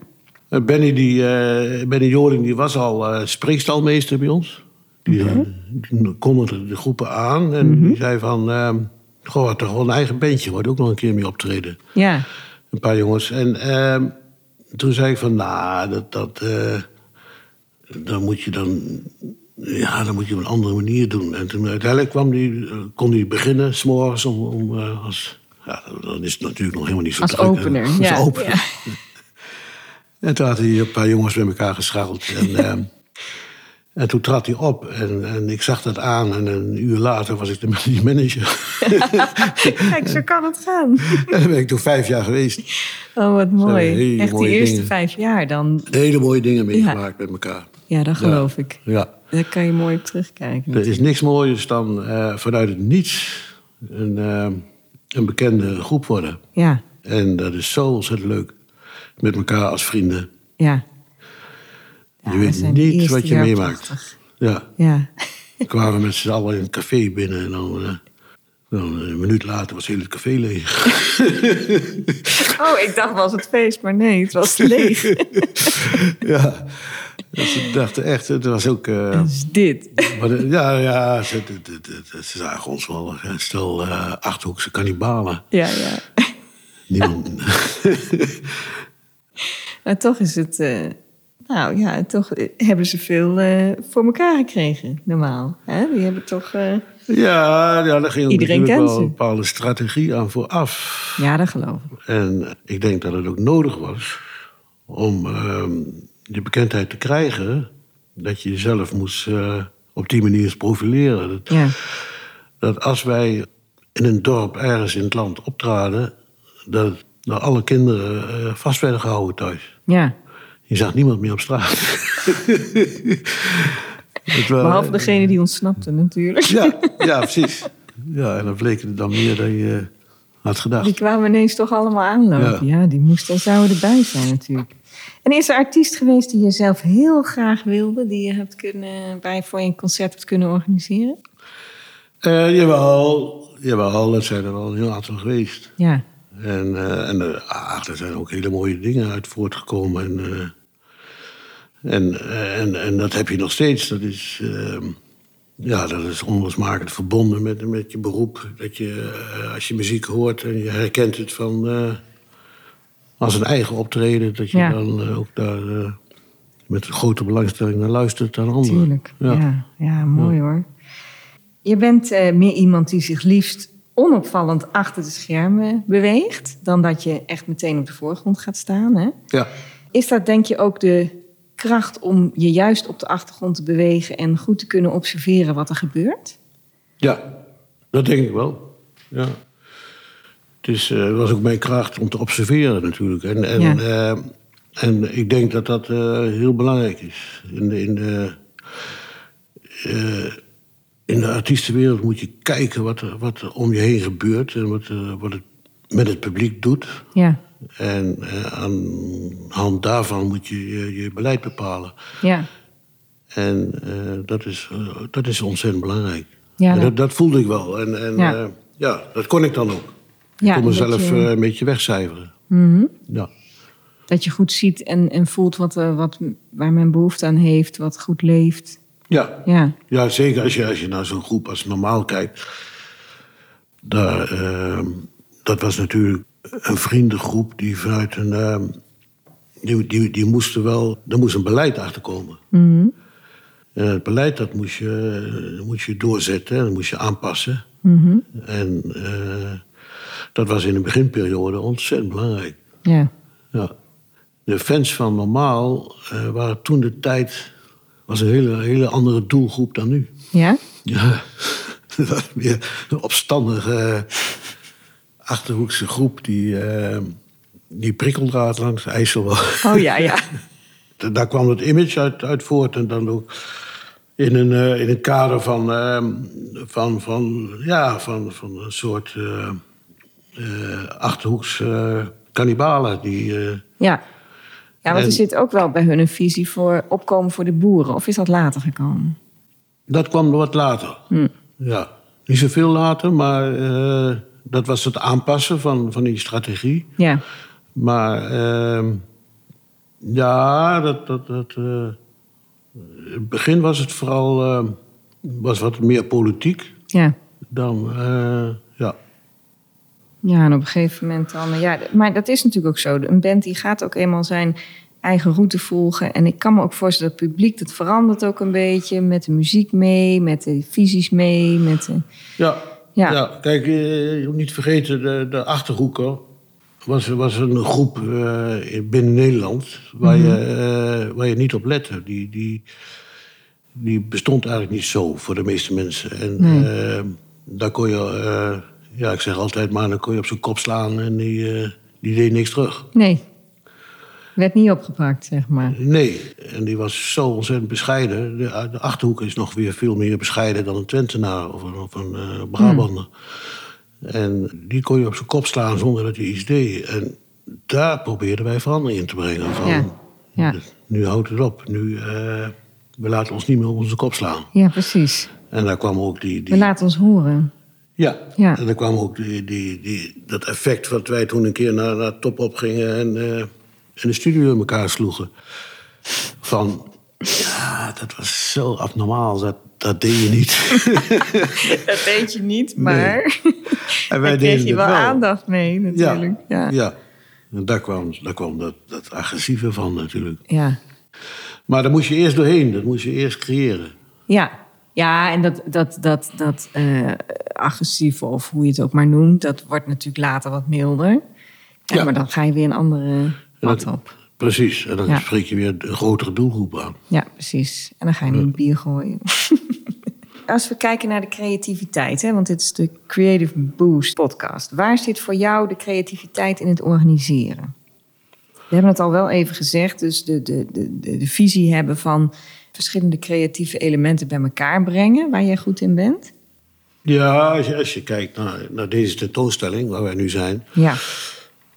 Eh, Benny, die, eh, Benny Joling die was al eh, spreekstalmeester bij ons. Die, Mhm. eh, die kondigde de groepen aan. En die zei van... ehm Goh, het toch wel een eigen bandje. Wordt ook nog een keer mee optreden. Ja. Een paar jongens. En ehm, toen zei ik van... Nou, dat... dat eh, dan moet je dan... Ja, dan moet je op een andere manier doen. En toen uiteindelijk kwam die, eh, kon hij beginnen, s'morgens, om, om eh, als... Ja, dan is het natuurlijk nog helemaal niet zo Als druk, hè. opener, Als ja. opener. En toen had hij een paar jongens bij elkaar gescharreld. En, ehm, en toen trad hij op en, en ik zag dat aan. En een uur later was ik de man- die manager. Kijk, zo kan het gaan. en daar ben ik toen vijf jaar geweest. Oh, wat Zijn mooi. hele Echt die mooie eerste dingen. vijf jaar dan. Hele mooie dingen meegemaakt met elkaar. Ja, dat geloof ik. Ja. Daar kan je mooi op terugkijken. Er is niks mooiers dan eh, vanuit het niets een, eh, een bekende groep worden. Ja, En dat is zo ontzettend leuk. Met elkaar als vrienden. ja. Je Ja, dat weet zijn de niet eerste wat je jaar meemaakt. prachtig. Ja. Ja. Dan kwamen we met z'n allen in een café binnen en dan, eh, dan eh, een minuut later was heel het café leeg. Oh, ik dacht was het feest, maar nee, het was leeg. ja. Dus ik dacht echt, het was ook. eh, Dus dit. maar de- ja, ja ze, de- de- de- ze zagen ons wel. eh, Stel, eh, achterhoekse kannibalen. Ja, ja. Niemand. Maar toch is het... eh, nou ja, toch eh, hebben ze veel eh, voor elkaar gekregen, normaal. Hè? Die hebben toch... eh, ja, ja, daar ging Iedereen natuurlijk kent wel ze. een bepaalde strategie aan vooraf. Ja, dat geloof ik. En ik denk dat het ook nodig was om ehm, die bekendheid te krijgen, dat je jezelf moest eh, op die manier eens profileren. Dat, Ja. dat als wij in een dorp ergens in het land optraden, dat, dat alle kinderen eh, vast werden gehouden thuis. Ja, Je zag niemand meer op straat. Het wa- behalve degene die ontsnapte natuurlijk. ja, ja, precies. Ja, en dan bleek het dan meer dan je had gedacht. Die kwamen ineens toch allemaal aanlopen. Ja, die moesten en zouden erbij zijn natuurlijk. En is er artiest geweest die je zelf heel graag wilde, die je hebt kunnen, bij voor je een concert hebt kunnen organiseren? Eh jawel, jawel, dat zijn er wel een heel aantal geweest. Ja, En, eh, en eh, ach, er zijn ook hele mooie dingen uit voortgekomen. En, eh, en, eh, en, en dat heb je nog steeds. Dat is, ehm, ja, dat is onlosmakelijk verbonden met, met je beroep. Dat je, eh, als je muziek hoort en je herkent het van, eh, als een eigen optreden... dat je Ja. dan eh, ook daar eh, met grote belangstelling naar luistert dan anderen. tuurlijk. Ja, Ja. ja, mooi hoor. Je bent eh, meer iemand die zich liefst onopvallend achter de schermen beweegt, dan dat je echt meteen op de voorgrond gaat staan. Hè? ja. Is dat denk je ook de kracht om je juist op de achtergrond te bewegen en goed te kunnen observeren wat er gebeurt? Ja, dat denk ik wel. Ja. Het is, eh, was ook mijn kracht om te observeren natuurlijk. En, en, Ja. eh, en ik denk dat dat eh, heel belangrijk is. In de, in, de, eh, in de artiestenwereld moet je kijken wat er, wat er om je heen gebeurt... en wat, eh, wat het met het publiek doet. Ja, En eh, aan de hand daarvan moet je je, je beleid bepalen. ja. En eh, dat, is, eh, dat is ontzettend belangrijk. Ja, En dat- dat, dat voelde ik wel. En, en eh, Ja. ja. ja, dat kon ik dan ook. Ik Ja, kon dat mezelf je- Mhm. eh, een beetje wegcijferen. Ja. dat je goed ziet en, en voelt wat, eh, wat, waar men behoefte aan heeft, wat goed leeft. Ja, Ja, ja zeker als je, als je naar zo'n groep als normaal kijkt. Daar, ehm, dat was natuurlijk een vriendengroep die vanuit een. ehm, die, die, die moesten wel. Daar moest een beleid achter komen. En het beleid dat moest je, dat moest je doorzetten, dat moest je aanpassen. En eh, dat was in de beginperiode ontzettend belangrijk. ja. Ja. De fans van Normaal eh, waren toen de tijd... was een hele, hele andere doelgroep dan nu. Ja? Ja. Dat was meer een opstandige eh, Achterhoekse groep... die, eh, die prikkeldraad langs de IJssel was. Oh ja, ja. Da- Daar kwam het image uit, uit voort. En dan ook in een, eh, in een kader van, eh, van, van, ja, van, van een soort eh eh, Achterhoekse eh, kannibalen... die... eh, Ja, ja want er En- zit ook wel bij hun een visie voor opkomen voor de boeren. Of is dat later gekomen? Dat kwam wat later. Hmm. Ja. Niet zoveel later, maar eh, dat was het aanpassen van, van die strategie. Ja, Maar ehm, ja, dat, dat, dat, eh, in het begin was het vooral ehm, was wat meer politiek ja. dan. eh, ja. Ja, en op een gegeven moment dan... eh, Ja, d- maar dat is natuurlijk ook zo. Een band die gaat ook eenmaal zijn eigen route volgen. En ik kan me ook voorstellen dat het publiek, dat verandert ook een beetje. Met de muziek mee, met de visies mee, met de... Ja. Ja. Ja. kijk, eh, je moet niet vergeten, de, de Achterhoeker was, was een groep eh, in- binnen Nederland waar, je, eh, waar je niet op lette. Die, die, die bestond eigenlijk niet zo voor de meeste mensen. En eh, daar kon je, eh, ja, ik zeg altijd maar, dan kon je op zijn kop slaan en die, eh, die deed niks terug. Nee, werd niet opgepakt, zeg maar. Nee, en die was zo ontzettend bescheiden. De, de Achterhoek is nog weer veel meer bescheiden dan een Twentenaar of een, of een eh, Brabander. En die kon je op zijn kop slaan zonder dat hij iets deed. En daar probeerden wij verandering in te brengen. Van, dus Ja, ja. Nu houdt het op. Nu, eh, we laten ons niet meer op onze kop slaan. Ja, precies. En daar kwam ook die... die We laten ons horen. ja. Ja. en dan kwam ook die, die, die, dat effect wat wij toen een keer naar, naar top op gingen en, eh, en de studio in elkaar sloegen. Van, ja, dat was zo abnormaal, dat, dat deed je niet. Dat weet je niet, maar en daar kreeg je wel, aandacht mee Ja, natuurlijk. ja. Ja, ja. En daar kwam, daar kwam dat, dat agressieve van natuurlijk. ja. Maar daar moest je eerst doorheen, dat moest je eerst creëren. Ja, ja en dat, dat, dat, dat eh, agressieve, of hoe je het ook maar noemt, dat wordt natuurlijk later wat milder. Ja, Ja. Maar dan ga je weer een andere En pad dat- op. Precies, en dan Ja. spreek je weer een grotere doelgroep aan. Ja, precies. En dan ga je niet bier gooien. Als we kijken naar de creativiteit, hè, want dit is de Creative Boost podcast. Waar zit voor jou de creativiteit in het organiseren? We hebben het al wel even gezegd, dus de, de, de, de, de visie hebben van verschillende creatieve elementen bij elkaar brengen, waar jij goed in bent. Ja, als je, als je kijkt naar, naar deze tentoonstelling waar wij nu zijn. Ja,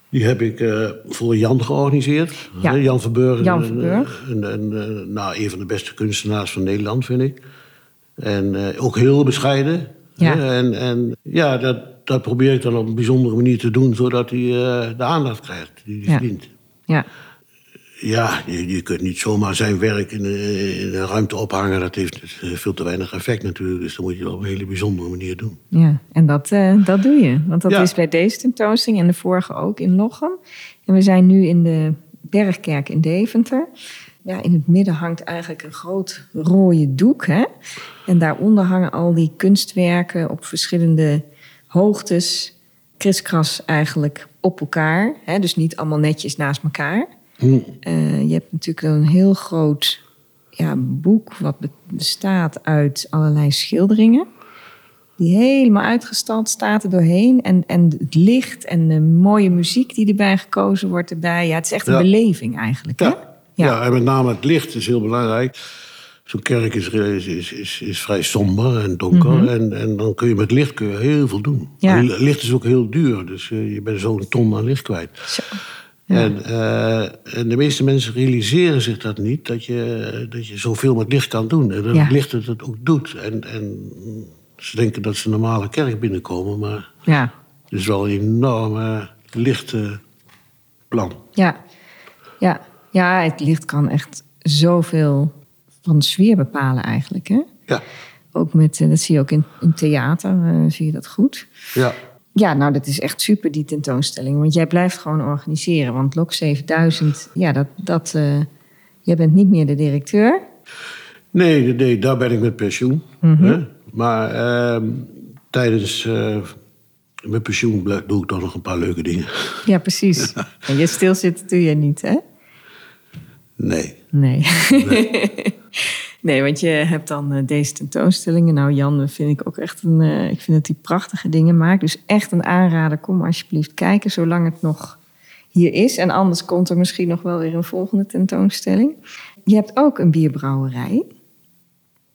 Die heb ik eh, voor Jan georganiseerd. Ja. Hè, Jan Verburg. Jan Verburg. Een, een, eh, nou, een van de beste kunstenaars van Nederland, vind ik. En eh, ook heel bescheiden. Ja. hè. En, en ja, dat, dat probeer ik dan op een bijzondere manier te doen... zodat hij eh, de aandacht krijgt die hij Ja. verdient. ja, Ja, je, je kunt niet zomaar zijn werk in, eh, in een ruimte ophangen. Dat heeft eh, veel te weinig effect natuurlijk. Dus dat moet je wel op een hele bijzondere manier doen. ja. En dat, eh, dat doe je. Want dat Ja. is bij deze tentoonstelling en de vorige ook in Lochem. En we zijn nu in de Bergkerk in Deventer. Ja, in het midden hangt eigenlijk een groot rode doek. Hè? En daaronder hangen al die kunstwerken op verschillende hoogtes. Kriskras eigenlijk op elkaar. Hè? Dus niet allemaal netjes naast elkaar. Hm. Eh, je hebt natuurlijk een heel groot ja, boek wat be- bestaat uit allerlei schilderingen. Die helemaal uitgestald staat er doorheen. En, en het licht en de mooie muziek die erbij gekozen wordt erbij. Ja, het is echt een Ja. beleving eigenlijk. Hè? Ja. Ja. en met name het licht is heel belangrijk. Zo'n kerk is, is, is, is, is vrij somber en donker. en, en dan kun je met licht kun je heel veel doen. Mhm. Ja. Maar Licht is ook heel duur, dus eh, je bent zo'n ton aan licht kwijt. Zo. En, eh, en de meeste mensen realiseren zich dat niet, dat je, dat je zoveel met licht kan doen. En dat Ja. het licht het dat ook doet. En, en ze denken dat ze een normale kerk binnenkomen, maar ja. het is wel een enorme lichte plan. Ja, Ja. ja, het licht kan echt zoveel van de sfeer bepalen eigenlijk. Hè? Ja, Ook met, eh, dat zie je ook in, in theater, eh, zie je dat goed. ja. Ja, nou dat is echt super die tentoonstelling. Want jij blijft gewoon organiseren. Want Lok 7000, ja, dat, dat, eh, jij bent niet meer de directeur. Nee, nee, daar ben ik met pensioen. hè. Maar ehm, tijdens eh, mijn pensioen ble- doe ik toch nog een paar leuke dingen. Ja, precies. En je stilzitten doe je niet, hè? Nee. Nee. Nee, want je hebt dan eh, deze tentoonstellingen. Nou, Jan vind ik ook echt een... eh, ik vind dat hij prachtige dingen maakt. Dus echt een aanrader. Kom alsjeblieft kijken, zolang het nog hier is. En anders komt er misschien nog wel weer een volgende tentoonstelling. Je hebt ook een bierbrouwerij.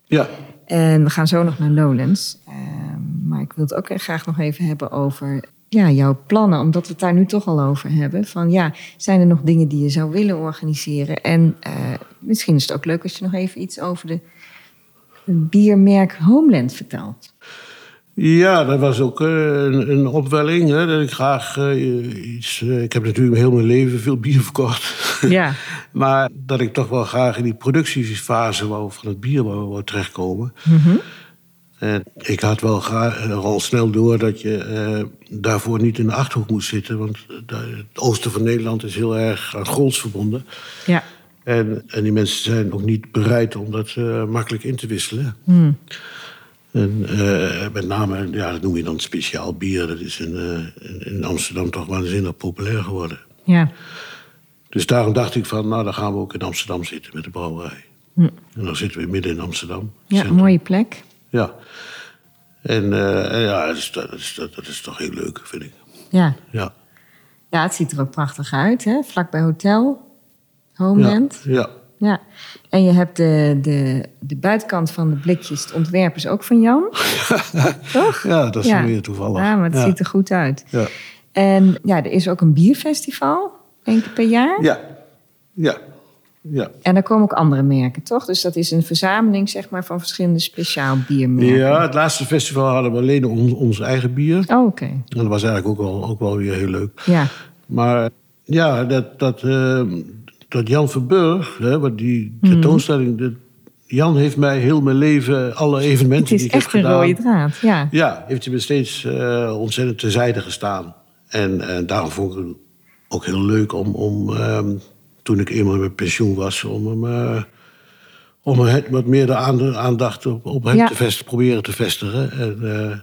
Ja, En we gaan zo nog naar Lowlands. Ehm, maar ik wil het ook eh, graag nog even hebben over ja, jouw plannen. Omdat we het daar nu toch al over hebben. Van ja, zijn er nog dingen die je zou willen organiseren? En eh, misschien is het ook leuk als je nog even iets over de biermerk Homeland vertelt. ja dat was ook eh, een, een opwelling. Hè, dat ik graag eh, iets... eh, ik heb natuurlijk heel mijn leven veel bier verkocht. Ja. Maar dat ik toch wel graag in die productiefase wou van het bier wou, wou terechtkomen. En ik had wel gra- eh, al snel door dat je eh, daarvoor niet in de achterhoek moest zitten. Want da- het oosten van Nederland is heel erg aan gronds verbonden. Ja. En, en die mensen zijn ook niet bereid om dat eh, makkelijk in te wisselen. Hmm. En, eh, met name, ja, dat noem je dan speciaal bier. Dat is in, eh, in- in Amsterdam toch waanzinnig populair geworden. Ja. Dus daarom dacht ik van, nou, dan gaan we ook in Amsterdam zitten met de brouwerij. En dan zitten we midden in Amsterdam. Hmm. ja, Centrum. mooie plek. Ja. En eh, en ja, dat is, dat, is, dat, dat is toch heel leuk, vind ik. Ja. Ja. ja, het ziet er ook prachtig uit. Hè? Vlak bij hotel, Ja. Homeland. ja. Ja, en je hebt de, de, de buitenkant van de blikjes, het ontwerp is ook van Jan. Toch? Ja, dat is dan weer toevallig. Ja, maar het Ja. ziet er goed uit. Ja. En ja, er is ook een bierfestival, één keer per jaar. Ja. Ja. Ja. En daar komen ook andere merken, toch? Dus dat is een verzameling zeg maar, van verschillende speciaal biermerken. Ja, het laatste festival hadden we alleen on- ons eigen bier. Oh, oké. En dat was eigenlijk ook wel, ook wel weer heel leuk. Ja. Maar ja, dat, dat, eh, dat Jan Verburg, hè, want die Mhm. tentoonstelling... dat- Jan heeft mij heel mijn leven, alle evenementen Het is die ik heb echt een gedaan... rode draad, ja. Ja, heeft hij me steeds eh, ontzettend terzijde gestaan. En, en daarom vond ik het ook heel leuk om, om ehm, toen ik eenmaal met pensioen was, om hem, eh, om er het- wat meer de aand- aandacht op, op hem Ja. te vest- proberen te vestigen. En, eh,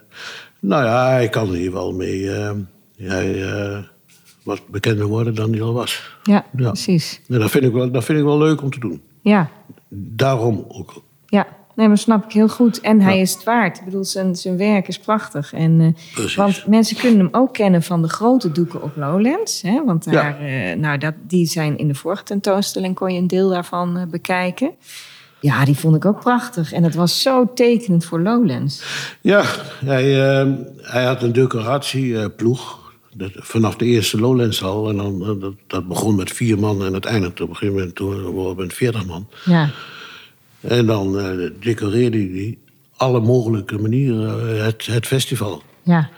nou ja, hij kan hier wel mee eh, hij, eh, wat bekender worden dan hij al was. Ja, Ja. precies. En dat vind, ik wel, dat vind ik wel leuk om te doen. Ja, Daarom ook. Ja, nee, maar snap ik heel goed. En hij is het waard. Ik bedoel, zijn, zijn werk is prachtig. En, eh, Precies. want mensen kunnen hem ook kennen van de grote doeken op Lowlands. Hè? Want Ja. daar, eh, nou, dat, die zijn in de vorige tentoonstelling, kon je een deel daarvan eh, bekijken. Ja, die vond ik ook prachtig. En dat was zo tekenend voor Lowlands. Ja, hij, eh, hij had een decoratieploeg. Dat, vanaf de eerste Lowlands al. En dan, eh, dat, dat begon met vier man en het eindigde op een gegeven moment toen, eh, met veertig man. Ja, En dan eh, decoreerde hij alle mogelijke manieren eh, het, het festival. ja,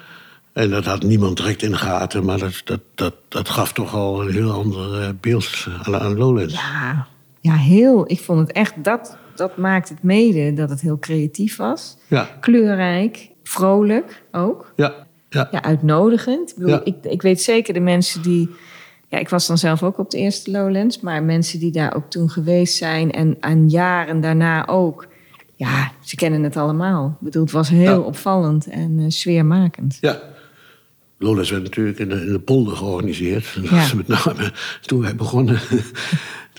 En dat had niemand direct in de gaten, maar dat, dat, dat, dat gaf toch al een heel ander eh, beeld aan, aan Lowlands. ja. Ja, heel. Ik vond het echt, dat, dat maakt het mede dat het heel creatief was. Ja, Kleurrijk, vrolijk ook. ja, ja, ja. ja, uitnodigend. Ik, bedoel, Ja. ik, ik weet zeker de mensen die. Ja, ik was dan zelf ook op de eerste Lowlands, maar mensen die daar ook toen geweest zijn en, en jaren daarna ook. Ja, ze kennen het allemaal. Ik bedoel, het was heel Ja. opvallend en eh, sfeermakend. Lowlands werd natuurlijk in de, in de polder georganiseerd. En dat Ja. was Met name nou toen wij begonnen.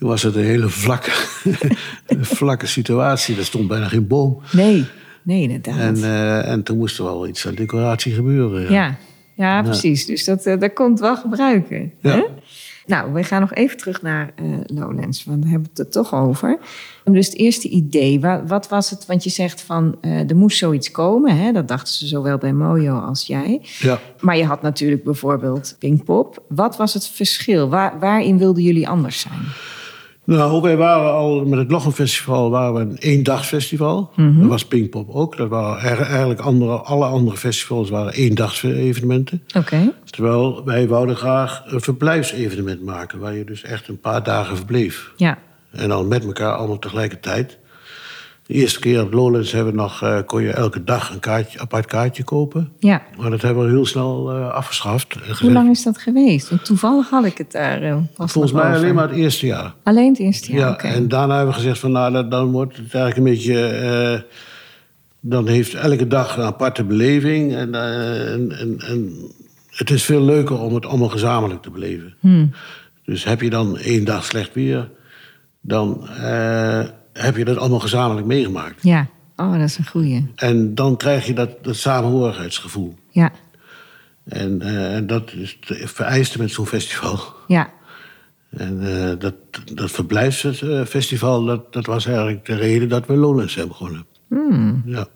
Toen was het een hele vlakke, een vlakke situatie. Er stond bijna geen boom. Nee, nee, inderdaad. En, eh, en toen moest er wel iets aan decoratie gebeuren. Ja. ja. Ja. precies. Dus dat, eh, dat komt wel gebruiken. Ja. Hè? Nou, we gaan nog even terug naar eh, Lowlands, want daar hebben we het er toch over. En dus het eerste idee, wa- wat was het? Want je zegt van, eh, er moest zoiets komen. Hè? Dat dachten ze zowel bij Mojo als jij. Ja. Maar je had natuurlijk bijvoorbeeld Pinkpop. Wat was het verschil? Waar, waarin wilden jullie anders zijn? Nou, wij waren al met het Lochenfestival waren we een eendagsfestival. Mhm. Dat was Pinkpop ook. Dat waren er- eigenlijk andere, alle andere festivals waren eendagsevenementen. Oké. Terwijl wij wouden graag een verblijfsevenement maken... waar je dus echt een paar dagen verbleef. Ja. En dan met elkaar allemaal tegelijkertijd. De eerste keer op Lowlands hebben we nog, eh, kon je elke dag een kaartje, apart kaartje kopen. ja. Maar dat hebben we heel snel eh, afgeschaft. En Hoe gezegd, lang is dat geweest? Want toevallig had ik het daar eh, pas Volgens nog mij over. alleen maar het eerste jaar. Alleen het eerste jaar, ja, oké. En daarna hebben we gezegd van nou, dat- dan wordt het eigenlijk een beetje... eh, dan heeft elke dag een aparte beleving. En, eh, en, en, en het is veel leuker om het allemaal gezamenlijk te beleven. Hmm. Dus heb je dan één dag slecht weer, dan eh, heb je dat allemaal gezamenlijk meegemaakt. Ja, oh, dat is een goeie. En dan krijg je dat, dat samenhorigheidsgevoel. Ja, En, eh, en dat is te- vereiste met zo'n festival. ja, En eh, dat, dat verblijfsfestival, dat, dat was eigenlijk de reden dat we Lowlands hebben gewonnen. Ja.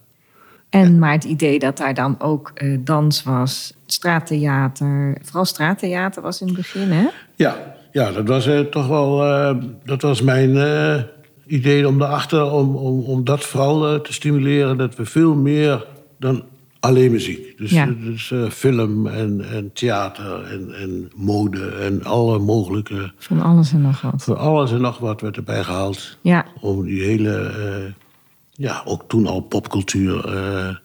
En maar het idee dat daar dan ook eh, dans was, straattheater, vooral straattheater was in het begin, hè? Ja, ja, dat was eh, toch wel eh, dat was mijn eh, idee om daarachter, om, om, om dat vooral eh, te stimuleren, dat we veel meer dan alleen muziek. Dus, Ja. dus eh, film en, en theater en, en mode en alle mogelijke, Van alles en nog wat. voor alles en nog wat werd erbij gehaald. Ja, Om die hele, eh, ja, ook toen al popcultuur eh,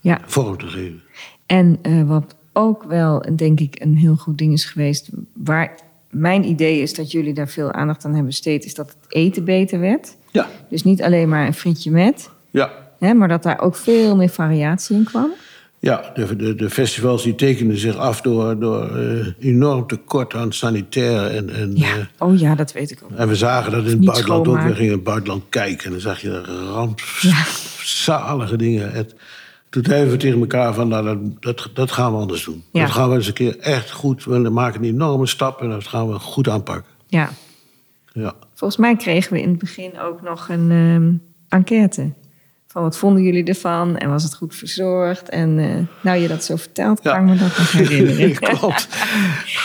ja. vorm te geven. En eh, wat ook wel, denk ik, een heel goed ding is geweest, waar mijn idee is dat jullie daar veel aandacht aan hebben besteed, is dat het eten beter werd. Ja, Dus niet alleen maar een frietje met, ja. hè, maar dat daar ook veel meer variatie in kwam. Ja, de, de, de festivals die tekenden zich af door, door eh, enorm tekort aan sanitair. En, en, eh, Ja, oh ja, dat weet ik ook. en we zagen dat in het Niet buitenland ook. schoonmaken. We gingen in het buitenland kijken en dan zag je rampzalige dingen. Het, toen zeiden we tegen elkaar van, nou, dat, dat, dat gaan we anders doen. Ja. Dat gaan we eens een keer echt goed. We maken een enorme stap en dat gaan we goed aanpakken. Ja, Ja. Volgens mij kregen we in het begin ook nog een ehm, enquête. Van wat vonden jullie ervan en was het goed verzorgd? En eh, nou je dat zo vertelt, Ja. kan ik me dat nog herinneren. Klopt.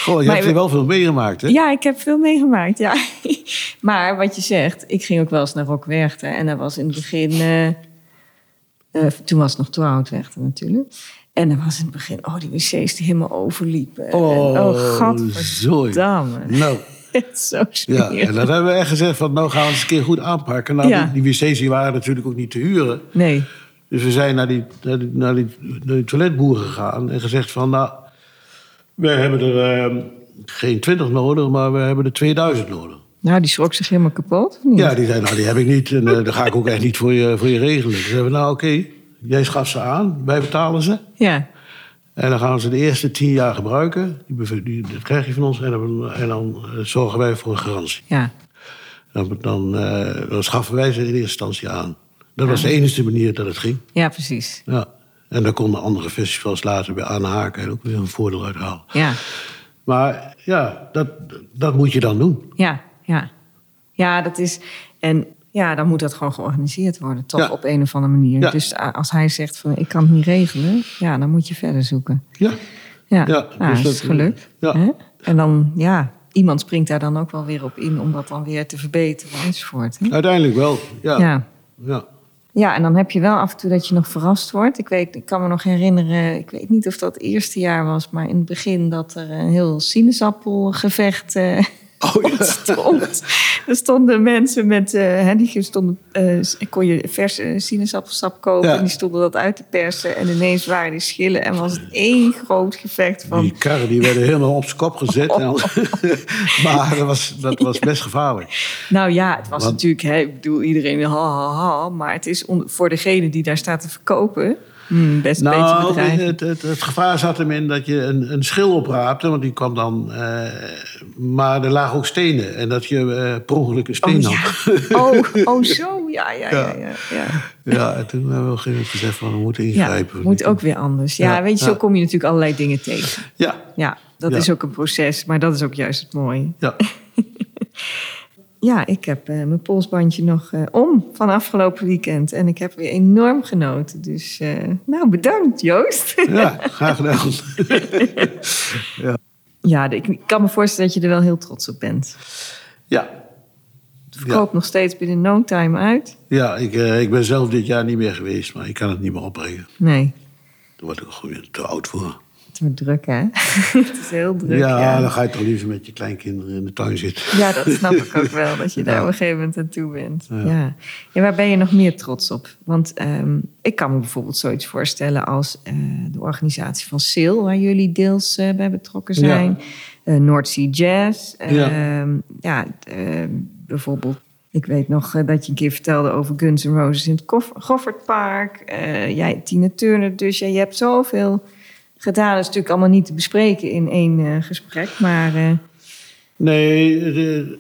Goh, je Maar hebt we- er wel veel meegemaakt, hè? Ja, ik heb veel meegemaakt, ja. Maar wat je zegt, ik ging ook wel eens naar Rockwerchter. En dat was in het begin... eh, eh, toen was het nog Twaoutwerchter natuurlijk. En dat was in het begin, oh, die wc's die helemaal overliepen. en, Oh, zooi. gadverdamme. Nou, Het is zo Ja, smerig. en dat hebben we echt gezegd van, nou gaan we het eens een keer goed aanpakken. Nou, Ja. die, die wc's die waren natuurlijk ook niet te huren. Nee, Dus we zijn naar die, naar die, naar die, naar die toiletboer gegaan en gezegd van, nou, wij hebben er eh, geen 20 nodig, maar we hebben er 2000 nodig. nou die schrok zich helemaal kapot, of niet? Ja, die zei, nou, die heb ik niet en eh, dat ga ik ook echt niet voor je, voor je regelen. Toen zeiden we, nou oké, jij schaft ze aan, wij betalen ze. ja. En dan gaan we ze de eerste 10 jaar gebruiken. Die, bev- die, dat krijg je van ons en dan, en dan eh, zorgen wij voor een garantie. ja. Dan, dan, eh, dan schaffen wij ze in eerste instantie aan. Dat was de enige manier dat het ging. Ja, precies. Ja. En daar konden andere festivals later bij aanhaken en ook weer een voordeel uit halen. Ja, Maar ja, dat, dat moet je dan doen. ja, ja. Ja, dat is. En ja, dan moet dat gewoon georganiseerd worden, toch? Ja. Op een of andere manier. Ja. Dus a- als hij zegt van ik kan het niet regelen, ja, dan moet je verder zoeken. Ja, Ja, Ja, ja, dus dat is dat- geluk. ja. Hè? En dan, ja, iemand springt daar dan ook wel weer op in om dat dan weer te verbeteren enzovoort. Hè? uiteindelijk wel. Ja. Ja. Ja. Ja, en dan heb je wel af en toe dat je nog verrast wordt. Ik, weet, ik kan me nog herinneren, ik weet niet of dat het eerste jaar was, maar in het begin dat er een heel sinaasappelgevecht eh Oh ja. ontstond. Er stonden mensen met, eh, hè, die stonden, eh, kon je verse eh, sinaasappelsap kopen Ja. en die stonden dat uit te persen. En ineens waren die schillen en was het één groot gevecht Die van, karren die werden helemaal op zijn kop gezet. En dan- maar dat was, dat was best gevaarlijk. nou ja, het was Want- natuurlijk, hè, ik bedoel iedereen ha ha ha, maar het is on- voor degene die daar staat te verkopen, hmm, best een beetje Nou, het, bedreigend. het, het gevaar zat hem in dat je een, een schil opraapte, want die kwam dan. eh, maar er lagen ook stenen en dat je eh per ongeluk een steen Oh, nam. Oh, oh zo, ja, ja, ja. ja, ja. Ja, en toen hebben we op een gegeven moment gezegd van we moeten Ja, ingrijpen. moet ook weer anders. Ja, Ja, weet je, ja. zo kom je natuurlijk allerlei dingen tegen. Ja, Ja, dat Ja. is ook een proces, maar dat is ook juist het mooie. ja. Ja, ik heb eh, mijn polsbandje nog eh, om van afgelopen weekend. En ik heb weer enorm genoten. Dus, eh, nou, bedankt Joost. ja graag gedaan. ja, ik ik kan me voorstellen dat je er wel heel trots op bent. Ja. Verkoopt nog steeds binnen no time uit. Ja, ik, eh, ik ben zelf dit jaar niet meer geweest, maar ik kan het niet meer opbrengen. Nee, Daar word ik al gewoon te oud voor. het wordt druk hè. het is heel druk. ja, Ja, dan ga je toch liever met je kleinkinderen in de tuin zitten. Ja, dat snap ik ook wel, dat je daar Ja. op een gegeven moment aan toe bent. Ja. Ja. waar ben je nog meer trots op? Want ehm, ik kan me bijvoorbeeld zoiets voorstellen als eh, de organisatie van SAIL, waar jullie deels eh, bij betrokken Ja. zijn. Eh, North Sea Jazz. Ja. ehm, ja, ehm, bijvoorbeeld. Ik weet nog eh, dat je een keer vertelde over Guns N' Roses in het Goff- Goffertpark. Eh, jij, Tina Turner, dus jij, je hebt zoveel gedaan. Dat is natuurlijk allemaal niet te bespreken in één eh, gesprek, maar... eh, Nee, het-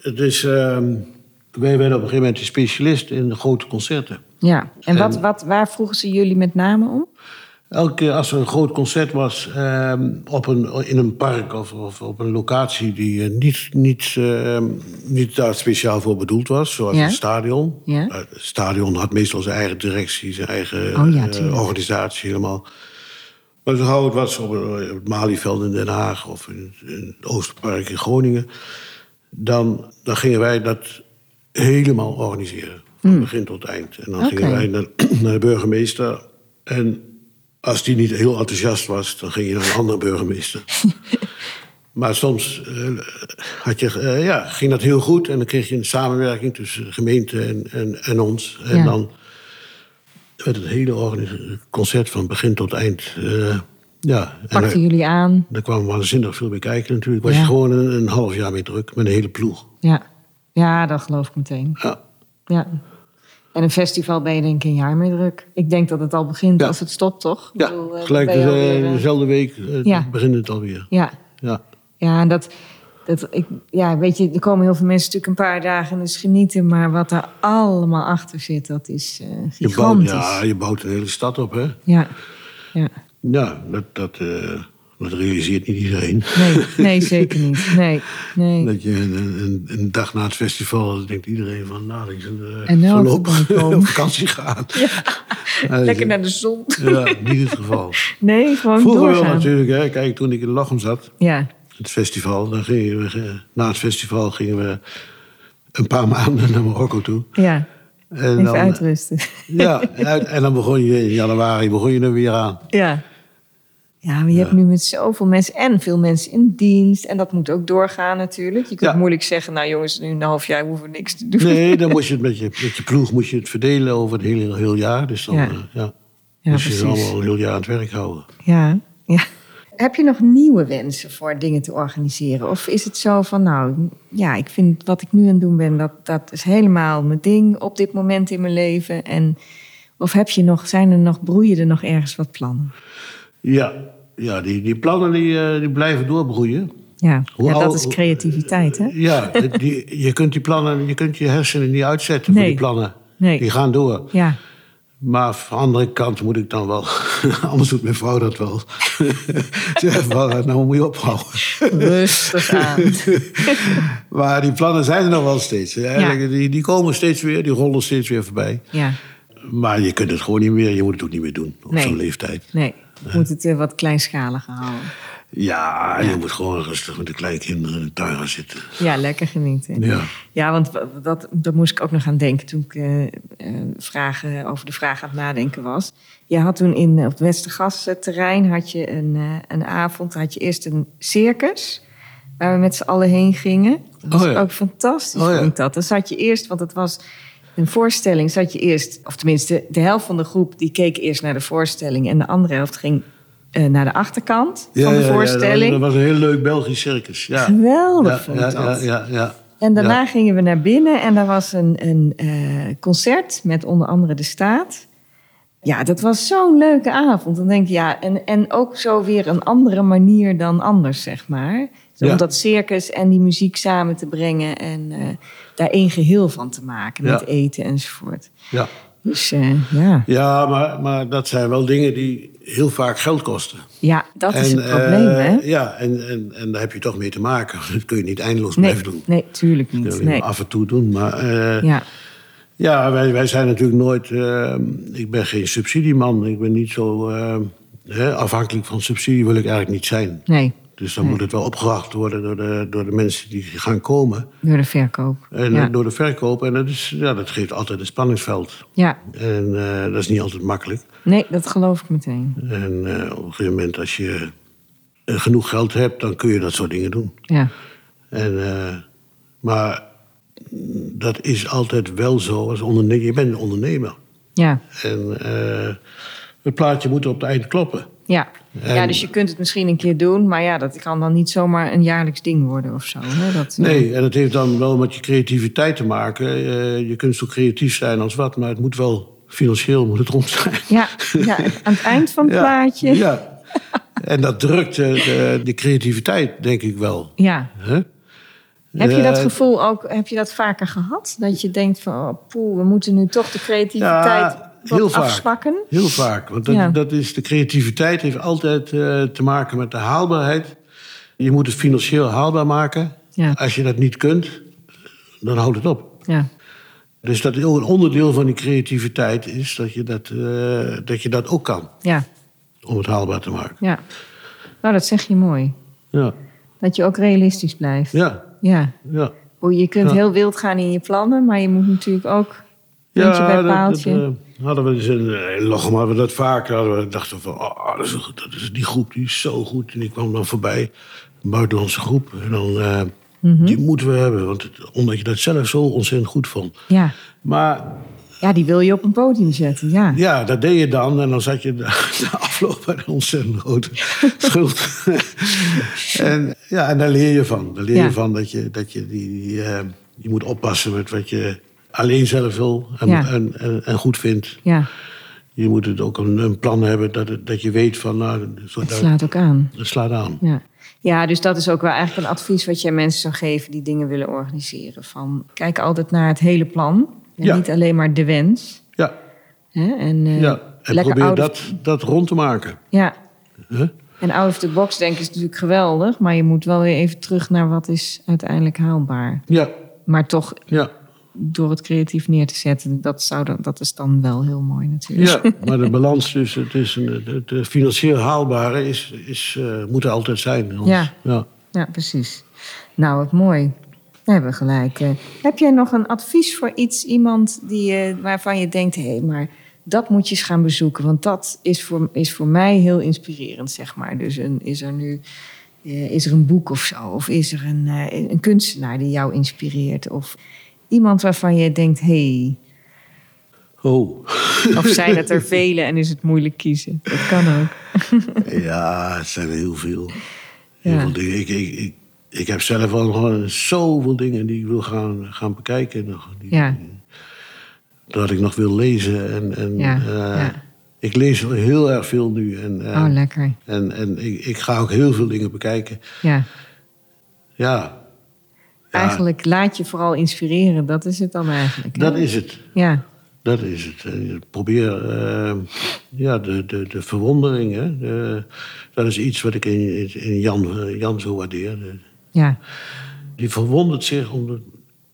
het is. ehm, wij werden op een gegeven moment de specialist in de grote concerten. Ja, en wat, wat, waar vroegen ze jullie met name om? Elke keer als er een groot concert was ehm, op een, in een park of, of op een locatie die eh, niet, niet, ehm, niet daar speciaal voor bedoeld was, zoals Ja. een stadion. Ja. Eh, Het stadion had meestal zijn eigen directie, zijn eigen Oh ja, eh, tuurlijk. organisatie helemaal. Maar zo gauw het was op een- op het Malieveld in Den Haag of in, in het Oosterpark in Groningen, dan, dan gingen wij dat helemaal organiseren. Van begin tot eind. En dan Hmm. Oké. gingen wij naar, naar de burgemeester. En als die niet heel enthousiast was, dan ging je naar een andere burgemeester. Maar soms eh, had je, eh, ja, ging dat heel goed. En dan kreeg je een samenwerking tussen de gemeente en, en, en ons. En Ja. dan werd het hele organis- concert van begin tot eind. eh, ja, en Pakten daar, jullie aan? daar kwam waanzinnig veel bij kijken natuurlijk. Was Ja. je gewoon een, een half jaar mee druk met een hele ploeg. Ja. ja, dat geloof ik meteen. Ja. Ja. En een festival ben je denk ik een jaar meer druk. Ik denk dat het al begint Ja. als het stopt, toch? Ik Ja, bedoel, eh, dan gelijk ben je de- alweer, eh, dezelfde week eh, Ja. begint het alweer. ja. Ja. ja, en dat... Dat, ik, ja, weet je, er komen heel veel mensen natuurlijk een paar dagen dus genieten. Maar wat er allemaal achter zit, dat is eh, Je, bouwt, gigantisch. ja, je bouwt een hele stad op, hè? ja. ja. Ja, dat, dat, eh, dat realiseert niet iedereen. Nee, nee, zeker niet. Nee, nee. Dat je een, een, een dag na het festival dan denkt iedereen van... nou, ik zal eh, En nou voorlopig even komen. op vakantie gaan. Ja, dat Lekker is- naar de zon. ja, niet het geval. Nee, gewoon Vroeger wel doorgaan. natuurlijk, hè. Kijk, toen ik in Lochem zat, ja, het festival... Dan gingen we, eh, na het festival gingen we een paar maanden naar Marokko toe. ja. En Even dan, eh, uitrusten. Ja, en uit- en dan begon je in januari begon je er weer aan. Ja. Ja, maar je hebt nu met zoveel mensen en veel mensen in dienst. En dat moet ook doorgaan natuurlijk. Je kunt Ja. moeilijk zeggen, nou jongens, nu een half jaar hoeven we niks te doen. Nee, dan moest je het met je, met je ploeg moest je het verdelen over het hele heel jaar. Dus dan Ja. ja. ja, Ja, moest je ze precies. allemaal een heel jaar aan het werk houden. Ja, ja. Heb je nog nieuwe wensen voor dingen te organiseren? Of is het zo van, nou, ja, ik vind wat ik nu aan het doen ben, dat, dat is helemaal mijn ding op dit moment in mijn leven. En of heb je nog, zijn er nog, broeien er nog ergens wat plannen? Ja, ja die, die plannen die, eh, die blijven doorbroeien. Ja, Hoe ja dat oud- is creativiteit hè? Ja, die, je kunt die plannen, je kunt je hersenen niet uitzetten Nee. voor die plannen. Nee. Die gaan door. Ja, Maar van de andere kant moet ik dan wel, anders doet mijn vrouw dat wel. Zeg van, nou moet je ophouden. rustig aan. Maar die plannen zijn er nog wel steeds. Eigenlijk, Die, die komen steeds weer, die rollen steeds weer voorbij. Ja, Maar je kunt het gewoon niet meer, je moet het ook niet meer doen op Nee. zo'n leeftijd. nee, je moet het eh, wat kleinschaliger houden. Ja, je moet gewoon rustig met de kleinkinderen in de tuin gaan zitten. Ja, lekker genieten. Ja. Ja, want w- dat, daar moest ik ook nog aan denken toen ik eh, eh, vragen, over de vraag aan het nadenken was. Je had toen in, eh, op het Westergasterrein had je een, eh, een avond, had je eerst een circus waar we met z'n allen heen gingen. Dat was Oh ja. ook fantastisch, Oh ja. vond ik dat. Dan zat je eerst, want het was een voorstelling, zat je eerst, of tenminste de helft van de groep, die keek eerst naar de voorstelling en de andere helft ging eh, naar de achterkant Ja, van de ja, ja, voorstelling. dat was een heel leuk Belgisch circus. Ja. Geweldig ja, vond ja, ik dat. Ja, ja, ja. En daarna Ja. gingen we naar binnen en daar was een, een eh, concert met onder andere de staat. Ja, dat was zo'n leuke avond. Dan denk ik, ja, en, en ook zo weer een andere manier dan anders, zeg maar. Zo Ja. Om dat circus en die muziek samen te brengen en eh, daar één geheel van te maken. Met Ja. eten enzovoort. ja. Dus eh, ja. Ja, maar, maar dat zijn wel dingen die heel vaak geld kosten. ja, dat is het eh, probleem, hè? Ja, en, en, en daar heb je toch mee te maken. Dat kun je niet eindeloos Nee, blijven doen. nee, tuurlijk Dat niet. wil je Nee. af en toe doen. Maar eh, Ja, Ja, wij, wij zijn natuurlijk nooit. eh, ik ben geen subsidieman. Ik ben niet zo eh, hè, afhankelijk van subsidie, wil ik eigenlijk niet zijn. nee. Dus dan moet het wel opgewacht worden door de, door de mensen die gaan komen. Door de verkoop. En eh, ja. door de verkoop. En dat, is, ja, dat geeft altijd een spanningsveld. Ja. En eh, dat is niet altijd makkelijk. Nee, dat geloof ik meteen. En eh, op een gegeven moment, als je eh, genoeg geld hebt, dan kun je dat soort dingen doen. Ja. En, eh, maar dat is altijd wel zo als ondernemer. Je bent een ondernemer. Ja. En eh, het plaatje moet op het eind kloppen. Ja. ja, dus je kunt het misschien een keer doen, maar ja, dat kan dan niet zomaar een jaarlijks ding worden of zo. Hè? Dat, eh, Nee, en dat heeft dan wel met je creativiteit te maken. Eh, je kunt zo creatief zijn als wat, maar het moet wel financieel moet het rond zijn. Ja, ja, aan het eind van het plaatje. Ja. Ja. En dat drukt eh, de, de creativiteit, denk ik wel. hè? Heb je dat Eh, gevoel ook, heb je dat vaker gehad? Dat je denkt van, oh, poeh, we moeten nu toch de creativiteit wat afzwakken? Heel vaak. Want dat, Ja. dat is, de creativiteit heeft altijd eh, te maken met de haalbaarheid. Je moet het financieel haalbaar maken. Ja. Als je dat niet kunt, dan houdt het op. Ja, Dus dat is ook een onderdeel van die creativiteit is dat je dat, eh, dat, je dat ook kan. ja, Om het haalbaar te maken. ja. Nou, dat zeg je mooi. Ja, Dat je ook realistisch blijft. ja, Ja. ja. Hoe Je kunt Ja. heel wild gaan in je plannen, maar je moet natuurlijk ook puntje bij dat- dat, paaltje. eh, hadden we eens een eh, log, maar hadden we dat vaak. Hadden we, dachten we van, oh, dat is, een- dat is die groep, die is zo goed. En die kwam dan voorbij, een buitenlandse groep. En dan, eh, Mhm. die moeten we hebben, want het, omdat je dat zelf zo ontzettend goed vond. ja. Maar ja, die wil je op een podium zetten. Ja, ja, dat deed je dan. En dan zat je de, de afloop bij een ontzettend grote schuld. en, ja, en daar leer je van. Daar leer Ja. je van dat je, dat je, die, die, eh, je moet oppassen met wat je alleen zelf wil en, Ja. en, en, en goed vindt. ja. Je moet het ook een, een plan hebben dat, het- dat je weet van, nou, zo- het daar- slaat ook aan. dat slaat aan. Ja. ja, dus dat is ook wel eigenlijk een advies wat jij mensen zou geven die dingen willen organiseren. Van kijk altijd naar het hele plan. En Ja. niet alleen maar de wens. Ja, Hè? En, eh, ja. en lekker probeer out of- dat, dat rond te maken. Ja. Huh? En out of the box denken is natuurlijk geweldig. Maar je moet wel weer even terug naar wat is uiteindelijk haalbaar. Ja, Maar toch ja, door het creatief neer te zetten, dat, zou dan, dat is dan wel heel mooi natuurlijk. ja. maar de balans tussen het, is een, het, het financieel haalbare is, is, eh, moet er altijd zijn. Hans. Ja. ja. Ja, precies. Nou, wat mooi. Daar hebben we gelijk. eh. heb jij nog een advies voor iets, iemand die, eh, waarvan je denkt: hé, maar dat moet je eens gaan bezoeken? Want dat is voor, is voor mij heel inspirerend, zeg maar. Dus een, is er nu eh, is er een boek of zo? Of is er een, eh, een kunstenaar die jou inspireert? Of iemand waarvan je denkt: hé, Oh, of zijn het er vele en is het moeilijk kiezen? Dat kan ook. ja, het zijn er heel veel. Heel Ja. veel dingen. Ik, ik, ik, ik heb zelf al gewoon zoveel dingen die ik wil gaan, gaan bekijken. en nog- Die, Ja, dat ik nog wil lezen. En, en, Ja, eh, ja. Ik lees heel erg veel nu. En, eh, oh, lekker. en, en ik, ik ga ook heel veel dingen bekijken. Ja. Ja, Eigenlijk laat je vooral inspireren. Dat is het dan eigenlijk. hè? dat is het. Ja, Dat is het. En je probeer eh, ja, de, de, de verwondering. Hè? De- dat is iets wat ik in, in- in Jan, eh, Jan zo waardeer. De- ja, Die verwondert zich om de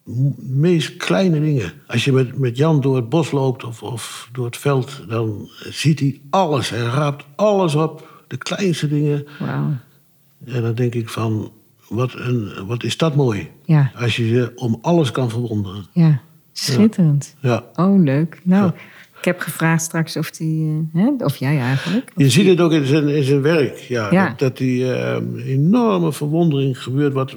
m- meest kleine dingen. Als je met, met Jan door het bos loopt of, of door het veld, dan ziet hij alles. Hij raapt alles op, de kleinste dingen. wauw. En dan denk ik van, wat, een, wat is dat mooi. Ja, Als je je om alles kan verwonderen. ja, schitterend. Ja. Oh, leuk. Nou, ik heb gevraagd straks of die, eh, hè, of jij eigenlijk. Je ziet het ook in zijn, in zijn werk. Ja, Ja. Dat, dat die eh, enorme verwondering gebeurt, wat, eh,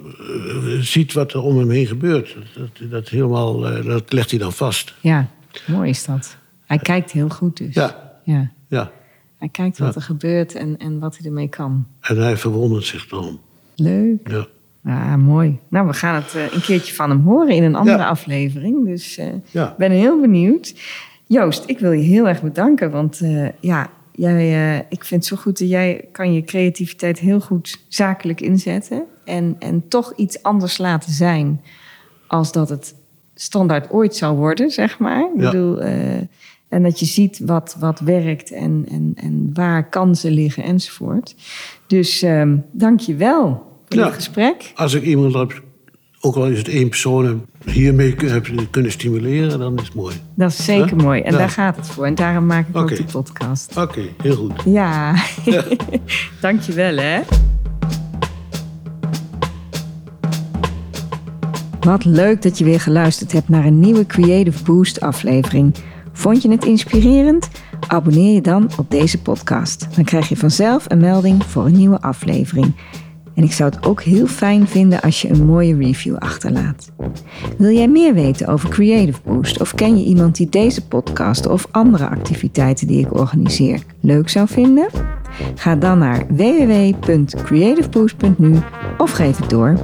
ziet wat er om hem heen gebeurt. Dat, dat, helemaal, eh, dat legt hij dan vast. Ja, mooi is dat. Hij kijkt heel goed dus. Ja, Ja, ja. Hij kijkt wat Ja. er gebeurt en, en wat hij ermee kan. En hij verwondert zich erom. Leuk. Ja. Ah, mooi. Nou, we gaan het eh, een keertje van hem horen in een andere Ja. aflevering. Dus eh, ik Ja. ben heel benieuwd. Joost, ik wil je heel erg bedanken. Want eh, ja, jij, eh, ik vind het zo goed dat jij kan je creativiteit heel goed zakelijk inzetten. En, en toch iets anders laten zijn als dat het standaard ooit zou worden, zeg maar. Ik Ja. bedoel, eh, en dat je ziet wat, wat werkt en, en, en waar kansen liggen enzovoort. Dus ehm dank je wel voor Ja. dit gesprek. Als ik iemand heb, ook al is het één persoon, heb- hiermee kun- heb kunnen stimuleren, dan is het mooi. Dat is zeker Hè? mooi. En Ja. daar gaat het voor. En daarom maak ik Oké. ook die podcast. Oké, heel goed. Ja, dankjewel hè. Wat leuk dat je weer geluisterd hebt naar een nieuwe Creative Boost aflevering. Vond je het inspirerend? Abonneer je dan op deze podcast. Dan krijg je vanzelf een melding voor een nieuwe aflevering. En ik zou het ook heel fijn vinden als je een mooie review achterlaat. Wil jij meer weten over Creative Boost of ken je iemand die deze podcast of andere activiteiten die ik organiseer leuk zou vinden? Ga dan naar www.creativeboost.nu of geef het door.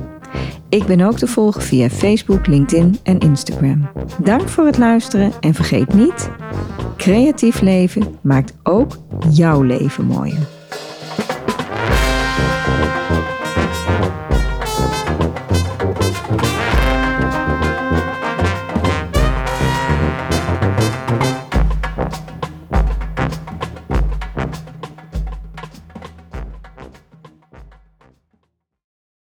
Ik ben ook te volgen via Facebook, LinkedIn en Instagram. Dank voor het luisteren en vergeet niet: creatief leven maakt ook jouw leven mooier.